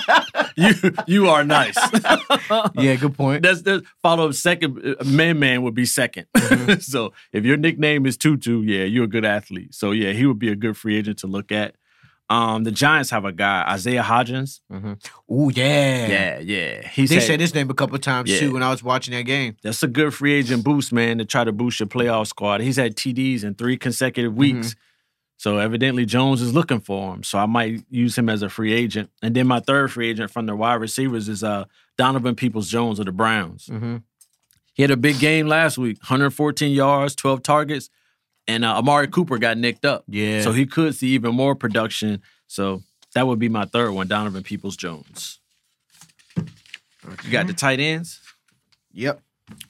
Speaker 1: you you are nice.
Speaker 3: yeah. Good point.
Speaker 1: That's the follow up second. uh, Man Man would be 2nd
Speaker 3: Mhm.
Speaker 1: so if your nickname is Tutu, yeah, you're a good athlete. So yeah, he would be a good free agent to look at. Um, the Giants have a guy, Isaiah Hodgins.
Speaker 3: Mm-hmm. Ooh yeah.
Speaker 1: Yeah, yeah. He
Speaker 3: They
Speaker 1: said-
Speaker 3: said his name a couple times
Speaker 1: Yeah.
Speaker 3: too when I was watching that game.
Speaker 1: That's a good free agent boost, man, to try to boost your playoff squad. He's had TDs in three
Speaker 3: Mm-hmm.
Speaker 1: consecutive weeks. So evidently Jones is looking for him. So I might use him as a free agent. And then my third free agent from the wide receivers is uh Donovan Peoples Jones of the Browns.
Speaker 3: Mhm.
Speaker 1: He had a big game last week, 114 yards, 12 targets, and uh, Amari Cooper got nicked up.
Speaker 3: Yeah.
Speaker 1: So he could see even more production. So that would be my third one, Donovan Peoples Jones. You got the tight ends?
Speaker 3: Yep.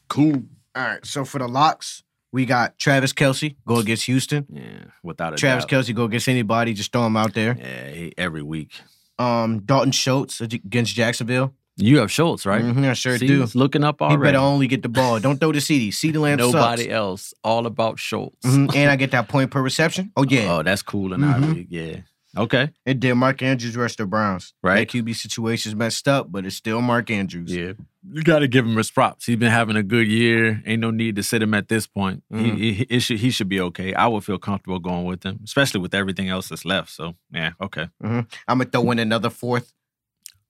Speaker 1: Cool.
Speaker 3: All right. So for the locks, we got Travis Kelsey go against Houston.
Speaker 1: Yeah, without a
Speaker 3: Travis
Speaker 1: doubt.
Speaker 3: Kelsey go against anybody. Just throw him out there.
Speaker 1: Yeah, Eh, he, every week.
Speaker 3: Um, Dalton Schultz ag- against Jacksonville.
Speaker 1: You have Schultz, right?
Speaker 3: Mhm, I sure
Speaker 1: See,
Speaker 3: do.
Speaker 1: he's looking up
Speaker 3: He
Speaker 1: already.
Speaker 3: better only get the ball. Don't throw to CD. CD Lamb
Speaker 1: Nobody
Speaker 3: sucks.
Speaker 1: else. All about Schultz.
Speaker 3: Mhm, And I get that point per reception. Oh yeah.
Speaker 1: Oh, that's cool in our
Speaker 3: Mhm.
Speaker 1: league. Yeah. Okay.
Speaker 3: and then Mark Andrews rushed the Browns. That
Speaker 1: Right.
Speaker 3: QB situation's messed up, but it's still Mark Andrews.
Speaker 1: Yeah. You got to give him his props. He's been having a good year. Ain't no need to sit him at this point.
Speaker 3: Mhm.
Speaker 1: He, he, it should, he should be okay. I would feel comfortable going with him, especially with everything else that's left. So, yeah. Okay.
Speaker 3: I'm gonna throw in another fourth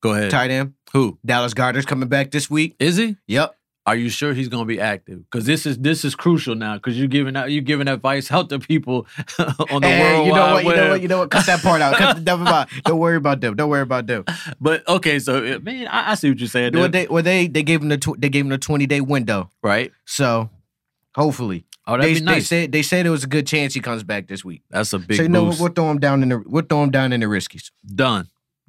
Speaker 1: Go ahead.
Speaker 3: tight end.
Speaker 1: Who?
Speaker 3: Dallas Goddard's coming back this week.
Speaker 1: Is he?
Speaker 3: Yep.
Speaker 1: Are you sure he's gonna be active? Because this is this is crucial now. Because you're giving out you're giving advice out to people on the
Speaker 3: Hey,
Speaker 1: world
Speaker 3: you know
Speaker 1: wide
Speaker 3: what? You know
Speaker 1: web.
Speaker 3: what? You know what? Cut that part out. Cut, never mind. Don't worry about them. Don't worry about them.
Speaker 1: But okay, so uh, man, I, I see what you're saying.
Speaker 3: Well,
Speaker 1: dude.
Speaker 3: they, well, they they gave him the tw- they gave him the twenty day window.
Speaker 1: right?
Speaker 3: So hopefully
Speaker 1: Oh, that'd
Speaker 3: they,
Speaker 1: be nice.
Speaker 3: they said they said it was a good chance he comes back this week.
Speaker 1: That's a big
Speaker 3: so you
Speaker 1: boost.
Speaker 3: know what? We'll throw him down in the we'll throw him down in the riskies.
Speaker 1: Done,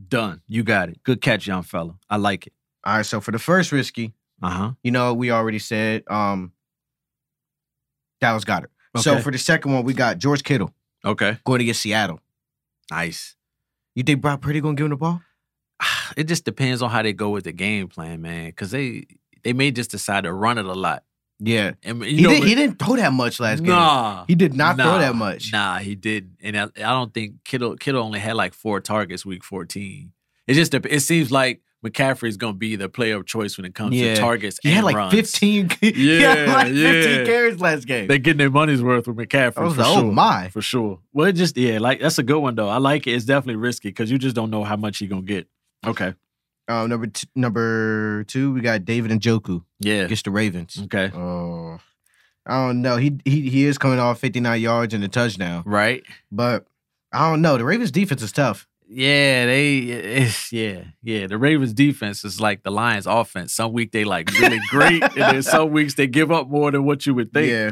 Speaker 1: done. You got it. Good catch, young fella. I like it.
Speaker 3: All right. So for the first risky,
Speaker 1: Uh huh.
Speaker 3: you know we already said um Dallas Goddard. So
Speaker 1: Okay.
Speaker 3: for the second one, we got George Kittle
Speaker 1: Okay.
Speaker 3: going against Seattle.
Speaker 1: Nice.
Speaker 3: You think Brock Purdy gonna give him the ball?
Speaker 1: It just depends on how they go with the game plan, man. Because they they may just decide to run it a lot.
Speaker 3: Yeah.
Speaker 1: And you
Speaker 3: He,
Speaker 1: know,
Speaker 3: did, he didn't throw that much last game.
Speaker 1: nah,
Speaker 3: He did not
Speaker 1: nah,
Speaker 3: throw that much.
Speaker 1: Nah, he did. And I, I don't think Kittle Kittle only had like four targets week fourteen. It just dep- it seems like McCaffrey's gonna be the player of choice when it comes
Speaker 3: Yeah.
Speaker 1: to targets.
Speaker 3: He
Speaker 1: and
Speaker 3: had like
Speaker 1: runs.
Speaker 3: 15 he had
Speaker 1: Yeah,
Speaker 3: like 15
Speaker 1: yeah.
Speaker 3: carries last game.
Speaker 1: They're getting their money's worth with McCaffrey.
Speaker 3: I was
Speaker 1: for
Speaker 3: like, oh
Speaker 1: sure.
Speaker 3: my.
Speaker 1: For sure. Well, it just, yeah, like that's a good one though. I like it. It's definitely risky because you just don't know how much he gonna get. Okay.
Speaker 3: Um, number t- number two, we got David and Joku
Speaker 1: Yeah.
Speaker 3: against the Ravens.
Speaker 1: Okay.
Speaker 3: Oh, I don't know. He he he is coming off fifty nine yards and a touchdown,
Speaker 1: Right.
Speaker 3: but I don't know. The Ravens defense is tough.
Speaker 1: Yeah, they it's, yeah, yeah. The Ravens defense is like the Lions offense. Some week they like really great, and then some weeks they give up more than what you would think.
Speaker 3: yeah,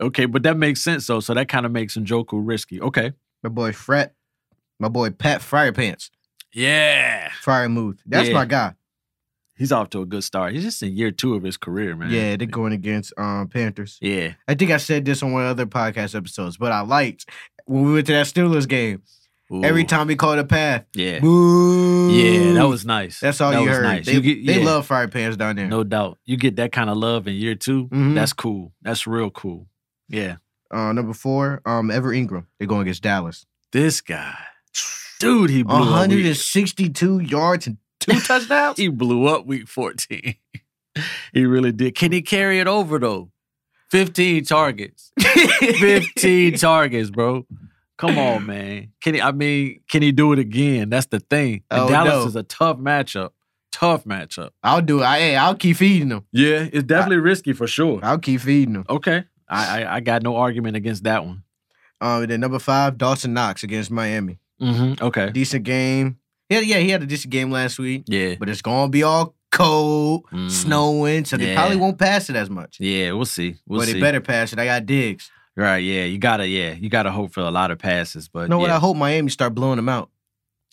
Speaker 1: Okay, but that makes sense though. So that kind of makes Njoku risky. Okay.
Speaker 3: My boy Fret. My boy Pat Firepants.
Speaker 1: Yeah.
Speaker 3: Fire Move. That's
Speaker 1: Yeah.
Speaker 3: my guy.
Speaker 1: He's off to a good start. He's just in year two of his career, man.
Speaker 3: Yeah, they're going against um Panthers.
Speaker 1: Yeah.
Speaker 3: I think I said this on one of the other podcast episodes, but I liked when we went to that Steelers game. Every
Speaker 1: Ooh.
Speaker 3: time he called a path,
Speaker 1: Yeah.
Speaker 3: boo.
Speaker 1: Yeah, that was nice.
Speaker 3: that's all
Speaker 1: that
Speaker 3: you
Speaker 1: was
Speaker 3: heard.
Speaker 1: Nice.
Speaker 3: They,
Speaker 1: You get-
Speaker 3: they
Speaker 1: yeah,
Speaker 3: love fire pants down there.
Speaker 1: no doubt. You get that kind of love in year 2
Speaker 3: Mhm.
Speaker 1: That's cool. That's real cool. Yeah.
Speaker 3: Uh, number four, um, Ever Ingram. They're going against Dallas.
Speaker 1: This guy, dude, he blew up. Week,
Speaker 3: 162 yards and two touchdowns.
Speaker 1: he blew up week fourteen. he really did. Can he carry it over though? Fifteen targets. Fifteen targets, bro. Come on, man. Can he? I mean, can he do it again? That's the thing. And
Speaker 3: Oh,
Speaker 1: Dallas
Speaker 3: no.
Speaker 1: is a tough matchup. Tough matchup.
Speaker 3: I'll do it. I, hey, I'll keep feeding them.
Speaker 1: Yeah, it's definitely risky for sure.
Speaker 3: I'll keep feeding them.
Speaker 1: Okay, I, I I got no argument against that one.
Speaker 3: Um, and then number five, Dawson Knox against Miami.
Speaker 1: Mm-hmm. Okay.
Speaker 3: Decent game. Yeah, yeah, he had a decent game last week,
Speaker 1: Yeah.
Speaker 3: but it's gonna be all cold,
Speaker 1: Mm.
Speaker 3: snowing, so they
Speaker 1: Yeah.
Speaker 3: probably won't pass it as much.
Speaker 1: Mm-hmm. Yeah, we'll see. We'll
Speaker 3: but
Speaker 1: see.
Speaker 3: they better pass it. I got digs.
Speaker 1: Right, yeah. You gotta, yeah, you gotta hope for a lot of passes, but
Speaker 3: You know what?
Speaker 1: yeah.
Speaker 3: I hope Miami start blowing them out.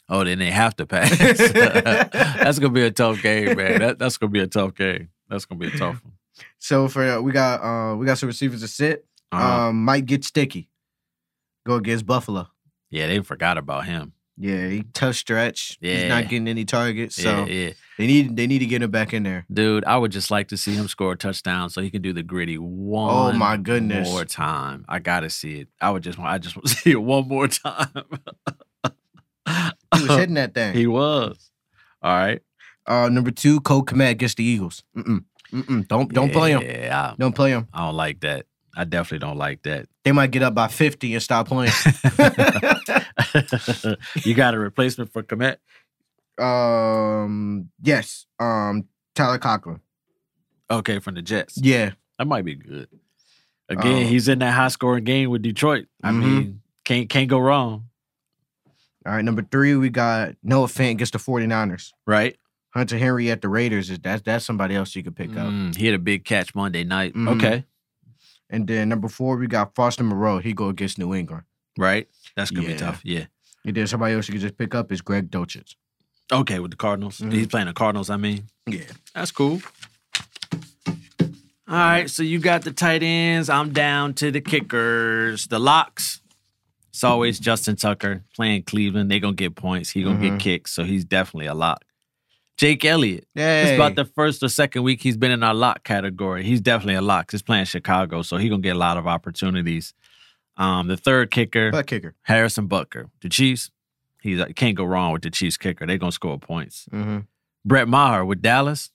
Speaker 1: oh, then they have to pass. that's gonna be a tough game, man. That, that's gonna be a tough game. That's gonna be a tough one.
Speaker 3: So for uh, we got uh we got some receivers to sit.
Speaker 1: Uh,
Speaker 3: Um, might get sticky. Go against Buffalo.
Speaker 1: yeah, they forgot about him.
Speaker 3: Yeah, he tough stretch. He's
Speaker 1: Yeah.
Speaker 3: not getting any targets. So
Speaker 1: yeah, yeah,
Speaker 3: they need they need to get him back in there.
Speaker 1: dude. I would just like to see him score a touchdown so he can do the gritty one.
Speaker 3: Oh my goodness.
Speaker 1: more time. I gotta see it. I would just want. I just want to see it one more time.
Speaker 3: He was hitting that thing.
Speaker 1: he was. All right.
Speaker 3: Uh, number two, Cole Komet against the Eagles. Mm-mm. Mm-mm. Don't don't play him.
Speaker 1: Yeah, I-
Speaker 3: Don't play him.
Speaker 1: I don't like that. I definitely don't like that.
Speaker 3: They might get up by fifty and stop playing.
Speaker 1: you got a replacement for Komet?
Speaker 3: um, yes. Um, Tyler Cochran.
Speaker 1: Okay, from the Jets.
Speaker 3: Yeah.
Speaker 1: That might be good. Again,
Speaker 3: Um,
Speaker 1: he's in that high scoring game with Detroit. I
Speaker 3: Mhm.
Speaker 1: mean, can't can't go wrong,
Speaker 3: All right. Number three, we got Noah Fant against the 49ers.
Speaker 1: right?
Speaker 3: Hunter Henry at the Raiders is that's that's somebody else you could pick up.
Speaker 1: Mm, he had a big catch Monday night.
Speaker 3: Mhm.
Speaker 1: Okay,
Speaker 3: And then number four, we got Foster Moreau. He go against New England.
Speaker 1: right. That's gonna
Speaker 3: Yeah.
Speaker 1: be tough. Yeah.
Speaker 3: And then somebody else you could just pick up is Greg Dolchich.
Speaker 1: Okay, with the Cardinals.
Speaker 3: Mhm.
Speaker 1: He's playing the Cardinals. I mean,
Speaker 3: Yeah.
Speaker 1: that's cool. All right, so you got the tight ends. I'm down to the kickers, the locks. It's always Justin Tucker playing Cleveland. They gonna get points. He gonna
Speaker 3: Mhm.
Speaker 1: get kicks, so he's definitely a lock. Jake Elliott.
Speaker 3: Yeah.
Speaker 1: It's about the first or second week he's been in our lock category. He's definitely a lock. 'cause He's playing Chicago, so he's gonna get a lot of opportunities. Um, the third kicker,
Speaker 3: butt kicker.
Speaker 1: Harrison Butker, the Chiefs. He's like, can't go wrong with the Chiefs kicker. They're gonna score points.
Speaker 3: Mm-hmm.
Speaker 1: Brett Maher with Dallas.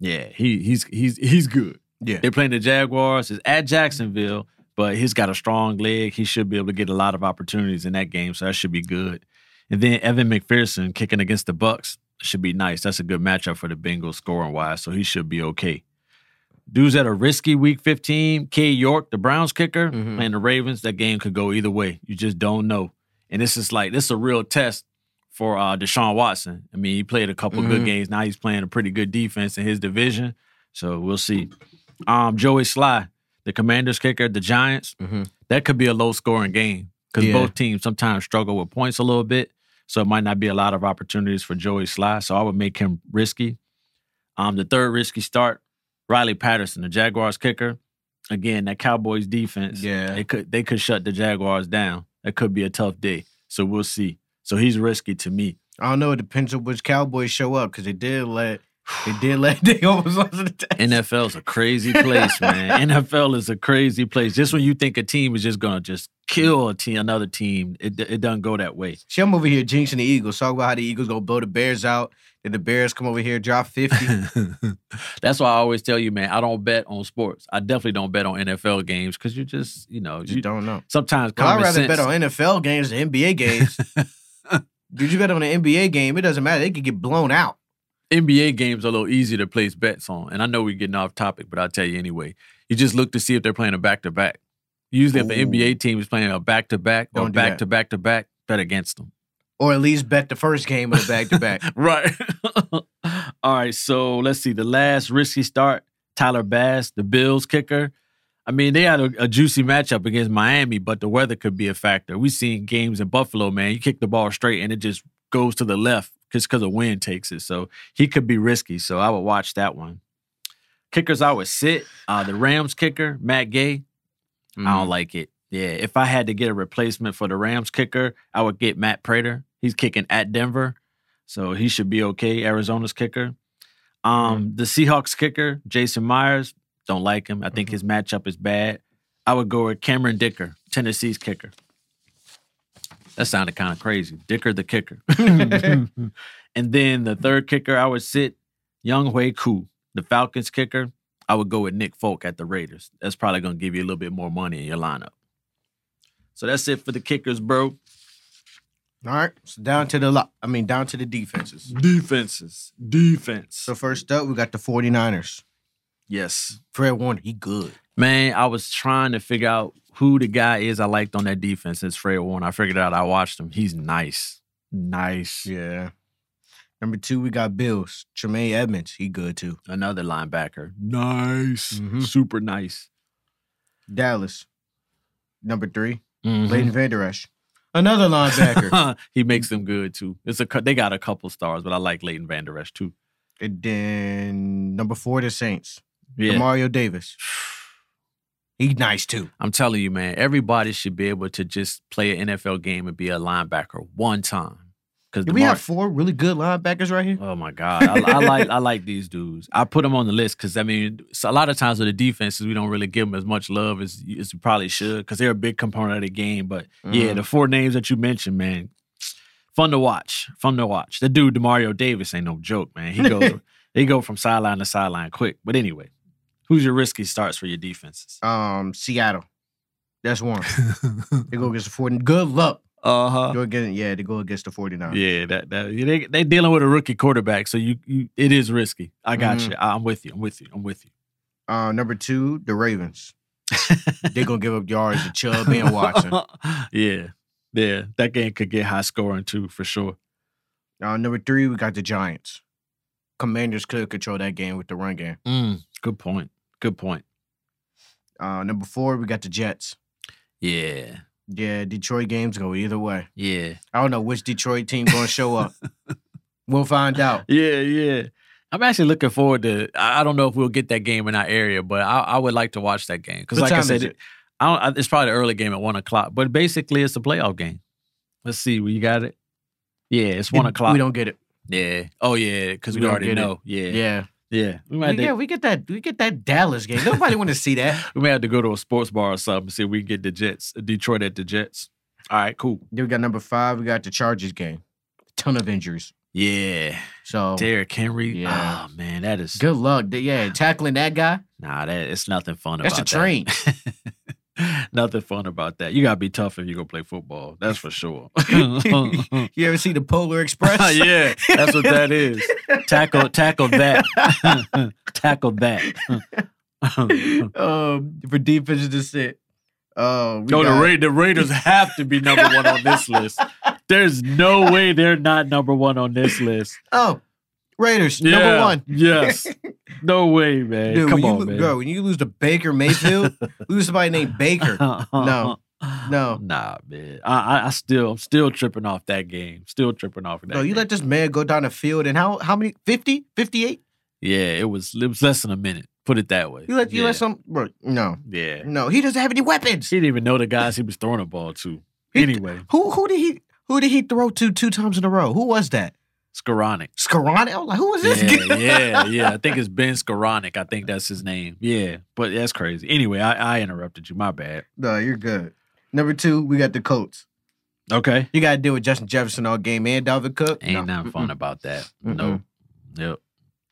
Speaker 1: Yeah, he he's he's he's good.
Speaker 3: Yeah.
Speaker 1: They're playing the Jaguars. It's at Jacksonville, but he's got a strong leg. He should be able to get a lot of opportunities in that game, so that should be good. And then Evan McPherson kicking against the Bucks should be nice. That's a good matchup for the Bengals scoring wise, so he should be okay. Dudes at a risky week 15, K York, the Browns kicker,
Speaker 3: Mhm.
Speaker 1: playing the Ravens. That game could go either way. You just don't know. And this is like this is a real test for uh, Deshaun Watson. I mean, he played a couple
Speaker 3: Mhm.
Speaker 1: good games. Now he's playing a pretty good defense in his division. So we'll see. Um, Joey Sly, the Commanders kicker, the Giants.
Speaker 3: Mhm.
Speaker 1: That could be a low scoring game because
Speaker 3: Yeah.
Speaker 1: both teams sometimes struggle with points a little bit. So it might not be a lot of opportunities for Joey Sly. So I would make him risky. Um, the third risky start, Riley Patterson, the Jaguars kicker. Again, that Cowboys defense.
Speaker 3: Yeah.
Speaker 1: They could they could shut the Jaguars down. That could be a tough day. So we'll see. So he's risky to me.
Speaker 3: I don't know. It depends on which Cowboys show up because they did let they did let they almost lost to the Texans.
Speaker 1: NFL's a crazy place, man. NFL is a crazy place. Just when you think a team is just gonna just kill a team, another team, it it doesn't go that way.
Speaker 3: See, I'm over here jinxing the Eagles. Talk about how the Eagles gonna blow the Bears out. Then the Bears come over here drop fifty.
Speaker 1: That's why I always tell you, man. I don't bet on sports. I definitely don't bet on NFL games because you just, you know,
Speaker 3: you
Speaker 1: you-
Speaker 3: don't know.
Speaker 1: sometimes
Speaker 3: Well, I'd
Speaker 1: common
Speaker 3: rather
Speaker 1: sense.
Speaker 3: bet on NFL games than NBA games. Dude, you bet on an NBA game, it doesn't matter. They could get blown out.
Speaker 1: NBA games are a little easier to place bets on. And I know we're getting off topic, but I'll tell you anyway. You just look to see if they're playing a back to back. Usually, if
Speaker 3: Ooh.
Speaker 1: an NBA team is playing a back to back
Speaker 3: Don't
Speaker 1: or
Speaker 3: do
Speaker 1: back
Speaker 3: that.
Speaker 1: to back to back, bet against them.
Speaker 3: Or at least bet the first game of the back to back.
Speaker 1: Right. All right. So let's see. The last risky start, Tyler Bass, the Bills kicker. I mean, they had a, a juicy matchup against Miami, but the weather could be a factor. We seen games in Buffalo, man. You kick the ball straight and it just goes to the left just because the wind takes it. So he could be risky. So I would watch that one. Kickers, I would sit. Uh, the Rams kicker, Matt Gay. I don't like it. Yeah, if I had to get a replacement for the Rams kicker, I would get Matt Prater. He's kicking at Denver, so he should be okay. Arizona's kicker. Um, the Seahawks kicker, Jason Myers, don't like him. I think his matchup is bad. I would go with Cameron Dicker, Tennessee's kicker. That sounded kind of crazy. Dicker the kicker. and then the third kicker, I would sit Young Hui Koo, the Falcons kicker. I would go with Nick Folk at the Raiders. That's probably going to give you a little bit more money in your lineup. So that's it for the kickers, bro.
Speaker 3: Mm-hmm. All right, so down to the lo- I mean down to the defenses.
Speaker 1: Defenses. Defense.
Speaker 3: So first up, we got the 49ers.
Speaker 1: yes.
Speaker 3: Fred Warner, he good.
Speaker 1: Man, I was trying to figure out who the guy is I liked on that defense. It's Fred Warner. I figured out I watched him. He's nice. Nice.
Speaker 3: Yeah. Number two, we got Bills. Tremaine Edmonds, he good too.
Speaker 1: Another linebacker. Nice.
Speaker 3: Mhm.
Speaker 1: Super nice.
Speaker 3: Dallas. Number 3
Speaker 1: Mm-hmm.
Speaker 3: Leighton Vander Esch. Another linebacker.
Speaker 1: he makes them good too. It's a cou- they got a couple stars, but I like Leighton Van Der Esch too.
Speaker 3: and then number four, the Saints.
Speaker 1: Yeah,
Speaker 3: Demario Davis. He nice too.
Speaker 1: I'm telling you, man. Everybody should be able to just play an NFL game and be a linebacker one time. Because
Speaker 3: Do we have four really good linebackers right here?
Speaker 1: Oh my God, I, I like I like these dudes. I put them on the list because I mean, so a lot of times with the defenses, we don't really give them as much love as as we probably should because they're a big component of the game. But yeah,
Speaker 3: Mhm.
Speaker 1: the four names that you mentioned, man, fun to watch. Fun to watch. The dude Demario Davis ain't no joke, man. He goes they go from sideline to sideline quick. But anyway, who's your risky starts for your defenses?
Speaker 3: Um, Seattle. That's one. they go against the 49. Good luck.
Speaker 1: Uh huh.
Speaker 3: Go against, yeah, they go against the 49.
Speaker 1: Yeah, that that yeah, they they dealing with a rookie quarterback, so you, you it is risky. I got
Speaker 3: Mhm.
Speaker 1: you. I- I'm with you. I'm with you. I'm with you.
Speaker 3: Uh, number two, the Ravens. They're gonna give up yards to Chubb and Watson.
Speaker 1: yeah. Yeah. That game could get high scoring too, for sure.
Speaker 3: Uh, number three, we got the Giants. Commanders could control that game with the run game.
Speaker 1: Good point. Good point.
Speaker 3: Uh, number four, we got the Jets.
Speaker 1: Yeah.
Speaker 3: Yeah, Detroit games go either way.
Speaker 1: Yeah.
Speaker 3: I don't know which Detroit team gonna show up. we'll find out.
Speaker 1: Yeah. Yeah. I'm actually looking forward to. I I don't know if we'll get that game in our area, but I, I would like to watch that game because,
Speaker 3: What
Speaker 1: like I
Speaker 3: time is
Speaker 1: said,
Speaker 3: it?
Speaker 1: it- I don't, I- it's probably the early game at one o'clock. But basically, it's a playoff game. Let's see, we got it. Yeah, it's one
Speaker 3: It-
Speaker 1: o'clock.
Speaker 3: We don't get it.
Speaker 1: yeah. Oh yeah, because
Speaker 3: We
Speaker 1: we,
Speaker 3: don't
Speaker 1: already
Speaker 3: get it.
Speaker 1: know. Yeah.
Speaker 3: Yeah.
Speaker 1: yeah. We
Speaker 3: We-
Speaker 1: might have
Speaker 3: yeah,
Speaker 1: to,
Speaker 3: we get that. We get that Dallas game. Nobody want to see that.
Speaker 1: we might have to go to a sports bar or something. See if we can get the Jets, Detroit at the Jets. All right. Cool.
Speaker 3: Then we got number five. We got the Chargers game. Ton of injuries.
Speaker 1: Yeah,
Speaker 3: So
Speaker 1: Derrick Henry.
Speaker 3: Yeah.
Speaker 1: Oh man, that is
Speaker 3: good luck. Yeah, tackling that guy.
Speaker 1: nah. That it's nothing fun
Speaker 3: That's
Speaker 1: about
Speaker 3: a train.
Speaker 1: that. nothing fun about that. You gotta be tough if you go play football. That's for sure.
Speaker 3: You ever see the Polar Express?
Speaker 1: yeah, that's what that is. Tackle, tackle that. tackle that. no,
Speaker 3: um, for defense to sit. Uh, we
Speaker 1: the,
Speaker 3: got-
Speaker 1: Ra- the Raiders have to be number one on this list. There's no way they're not number one on this list.
Speaker 3: Oh, Raiders number
Speaker 1: Yeah,
Speaker 3: one.
Speaker 1: Yes. No way, man.
Speaker 3: Dude,
Speaker 1: Come
Speaker 3: when
Speaker 1: on,
Speaker 3: you,
Speaker 1: man.
Speaker 3: bro, when you lose to Baker Mayfield, lose somebody named Baker. No. No.
Speaker 1: Nah, man. I, I, I still, I'm still tripping off that game. Still tripping off of that.
Speaker 3: No, you
Speaker 1: game.
Speaker 3: let this man go down the field and how how many 50? 58?
Speaker 1: yeah, it was, it was less than a minute. Put it that way.
Speaker 3: You let
Speaker 1: yeah.
Speaker 3: you let some bro, no.
Speaker 1: Yeah.
Speaker 3: No, he doesn't have any weapons.
Speaker 1: She didn't even know the guys he was throwing the ball to.
Speaker 3: He-
Speaker 1: Anyway,
Speaker 3: Who who did he who did he throw to two times in a row? Who was that?
Speaker 1: Skoranek.
Speaker 3: Scarani? I'm like, who was this
Speaker 1: Yeah,
Speaker 3: guy?
Speaker 1: yeah, yeah. I think it's Ben Skoranek. I think that's his name. Yeah, but that's crazy. Anyway, I, I interrupted you. My bad.
Speaker 3: No, you're good. Number two, we got the Colts.
Speaker 1: Okay.
Speaker 3: You gotta deal with Justin Jefferson all game and Dalvin Cook.
Speaker 1: Ain't
Speaker 3: No.
Speaker 1: nothing fun about that. No. Yep.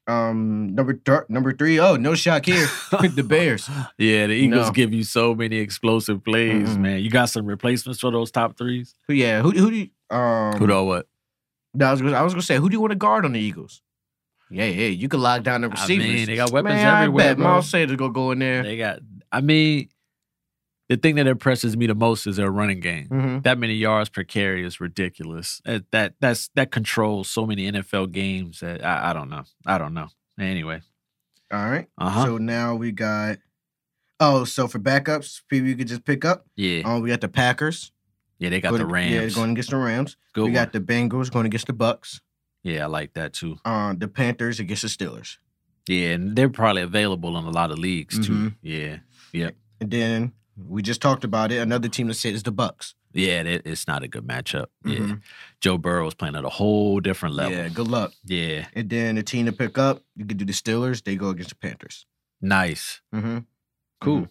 Speaker 3: Um, number thir- number three. Oh, no shock here. the Bears.
Speaker 1: Yeah, the Eagles
Speaker 3: No.
Speaker 1: give you so many explosive plays,
Speaker 3: Mm-mm.
Speaker 1: man. You got some replacements for those top threes?
Speaker 3: Who? Yeah. Who? Who do? You, um,
Speaker 1: Who know what?
Speaker 3: no, I was, gonna, I was gonna say, who do you want to guard on the Eagles? Yeah, yeah. You can lock down the
Speaker 1: I
Speaker 3: receivers.
Speaker 1: mean, they got weapons
Speaker 3: Man,
Speaker 1: everywhere.
Speaker 3: I bet
Speaker 1: bro.
Speaker 3: Miles Sanders gonna go in there.
Speaker 1: They got. I mean, the thing that impresses me the most is their running game.
Speaker 3: hmm
Speaker 1: That many yards per carry is ridiculous. That, that that's that controls so many NFL games. That I, I don't know. I don't know. Anyway,
Speaker 3: All right.
Speaker 1: uh huh.
Speaker 3: So now we got. Oh, so for backups, people you could just pick up.
Speaker 1: Yeah,
Speaker 3: Um, we got the Packers.
Speaker 1: yeah, they got
Speaker 3: Go
Speaker 1: the
Speaker 3: to- Yeah,
Speaker 1: Rams.
Speaker 3: going against the Rams.
Speaker 1: Good
Speaker 3: we
Speaker 1: one.
Speaker 3: got the Bengals going against the Bucks.
Speaker 1: yeah, I like that too.
Speaker 3: Um, the Panthers against the Steelers.
Speaker 1: Yeah, and they're probably available in a lot of leagues too.
Speaker 3: Mhm.
Speaker 1: Yeah,
Speaker 3: And then we just talked about it. Another team that said is the Bucks.
Speaker 1: yeah, that, it's not a good matchup. Yeah,
Speaker 3: Mhm.
Speaker 1: Joe Burrow's playing at a whole different level.
Speaker 3: Yeah, good luck.
Speaker 1: yeah.
Speaker 3: And then the team to pick up, you could do the Steelers. They go against the Panthers.
Speaker 1: nice,
Speaker 3: Mm-hmm.
Speaker 1: cool.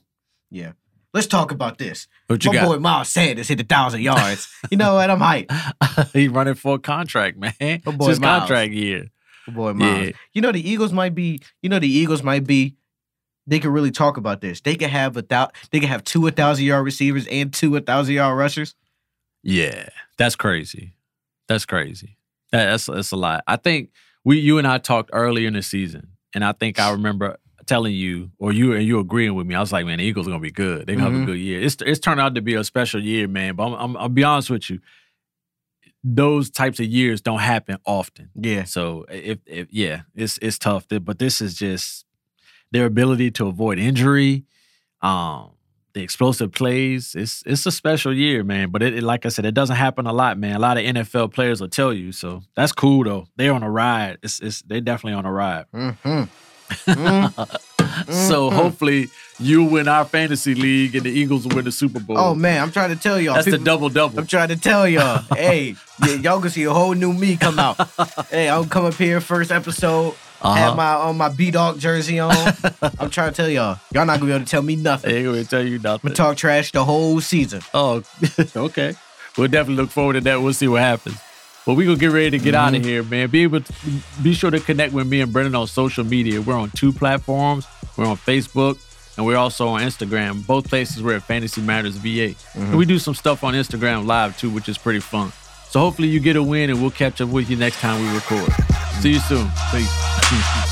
Speaker 3: Mhm. Let's talk about this.
Speaker 1: What you
Speaker 3: My
Speaker 1: got?
Speaker 3: boy Miles Sanders hit a thousand yards. you know what? I'm hyped.
Speaker 1: he running for a contract, man.
Speaker 3: boy
Speaker 1: it's his
Speaker 3: Miles.
Speaker 1: contract year.
Speaker 3: My boy Miles.
Speaker 1: Yeah.
Speaker 3: You know the Eagles might be. You know the Eagles might be. They could really talk about this. They could have a thou. They could have two a thousand yard receivers and two a thousand yard rushers.
Speaker 1: Yeah, that's crazy. That's crazy. That, that's that's a lot. I think we you and I talked earlier in the season, and I think I remember telling you, or you and you agreeing with me. I was like, man, the Eagles are gonna be good. They're gonna have
Speaker 3: Mhm.
Speaker 1: a good year. It's it's turned out to be a special year, man. But I'm, I'm I'll be honest with you, those types of years don't happen often.
Speaker 3: Yeah.
Speaker 1: So if, if yeah, it's it's tough. th- But this is just their ability to avoid injury, um, the explosive plays. It's it's a special year, man. But it, it- like I said, it doesn't happen a lot, man. A lot of NFL players will tell you. So that's cool though. They're on a ride. It's it's they definitely on a ride.
Speaker 3: Mm-hmm. Mm.
Speaker 1: So
Speaker 3: Mhm.
Speaker 1: hopefully you win our fantasy league and the Eagles will win the Super Bowl.
Speaker 3: Oh man, I'm trying to tell y'all.
Speaker 1: that's the
Speaker 3: people-
Speaker 1: double double.
Speaker 3: I'm trying to tell y'all. hey, y- y'all gonna see a whole new me come out. hey, I'll come up here first episode. Have my on my B Dog jersey on. I'm trying to tell y'all. Y'all not gonna be able to tell me nothing.
Speaker 1: They ain't gonna tell you
Speaker 3: I'm
Speaker 1: nothing.
Speaker 3: gonna talk trash the whole season.
Speaker 1: Oh, okay. We'll definitely look forward to that. We'll see what happens. But we're gonna get ready to get out of here, man. Be able to, be sure to connect with me and Brendan on social media. We're on two platforms. We're on Facebook and we're also on Instagram. Both places we're at Fantasy Matters VA. And we do some stuff on Instagram live too, which is pretty fun. So hopefully you get a win and we'll catch up with you next time we record. See you soon. Peace.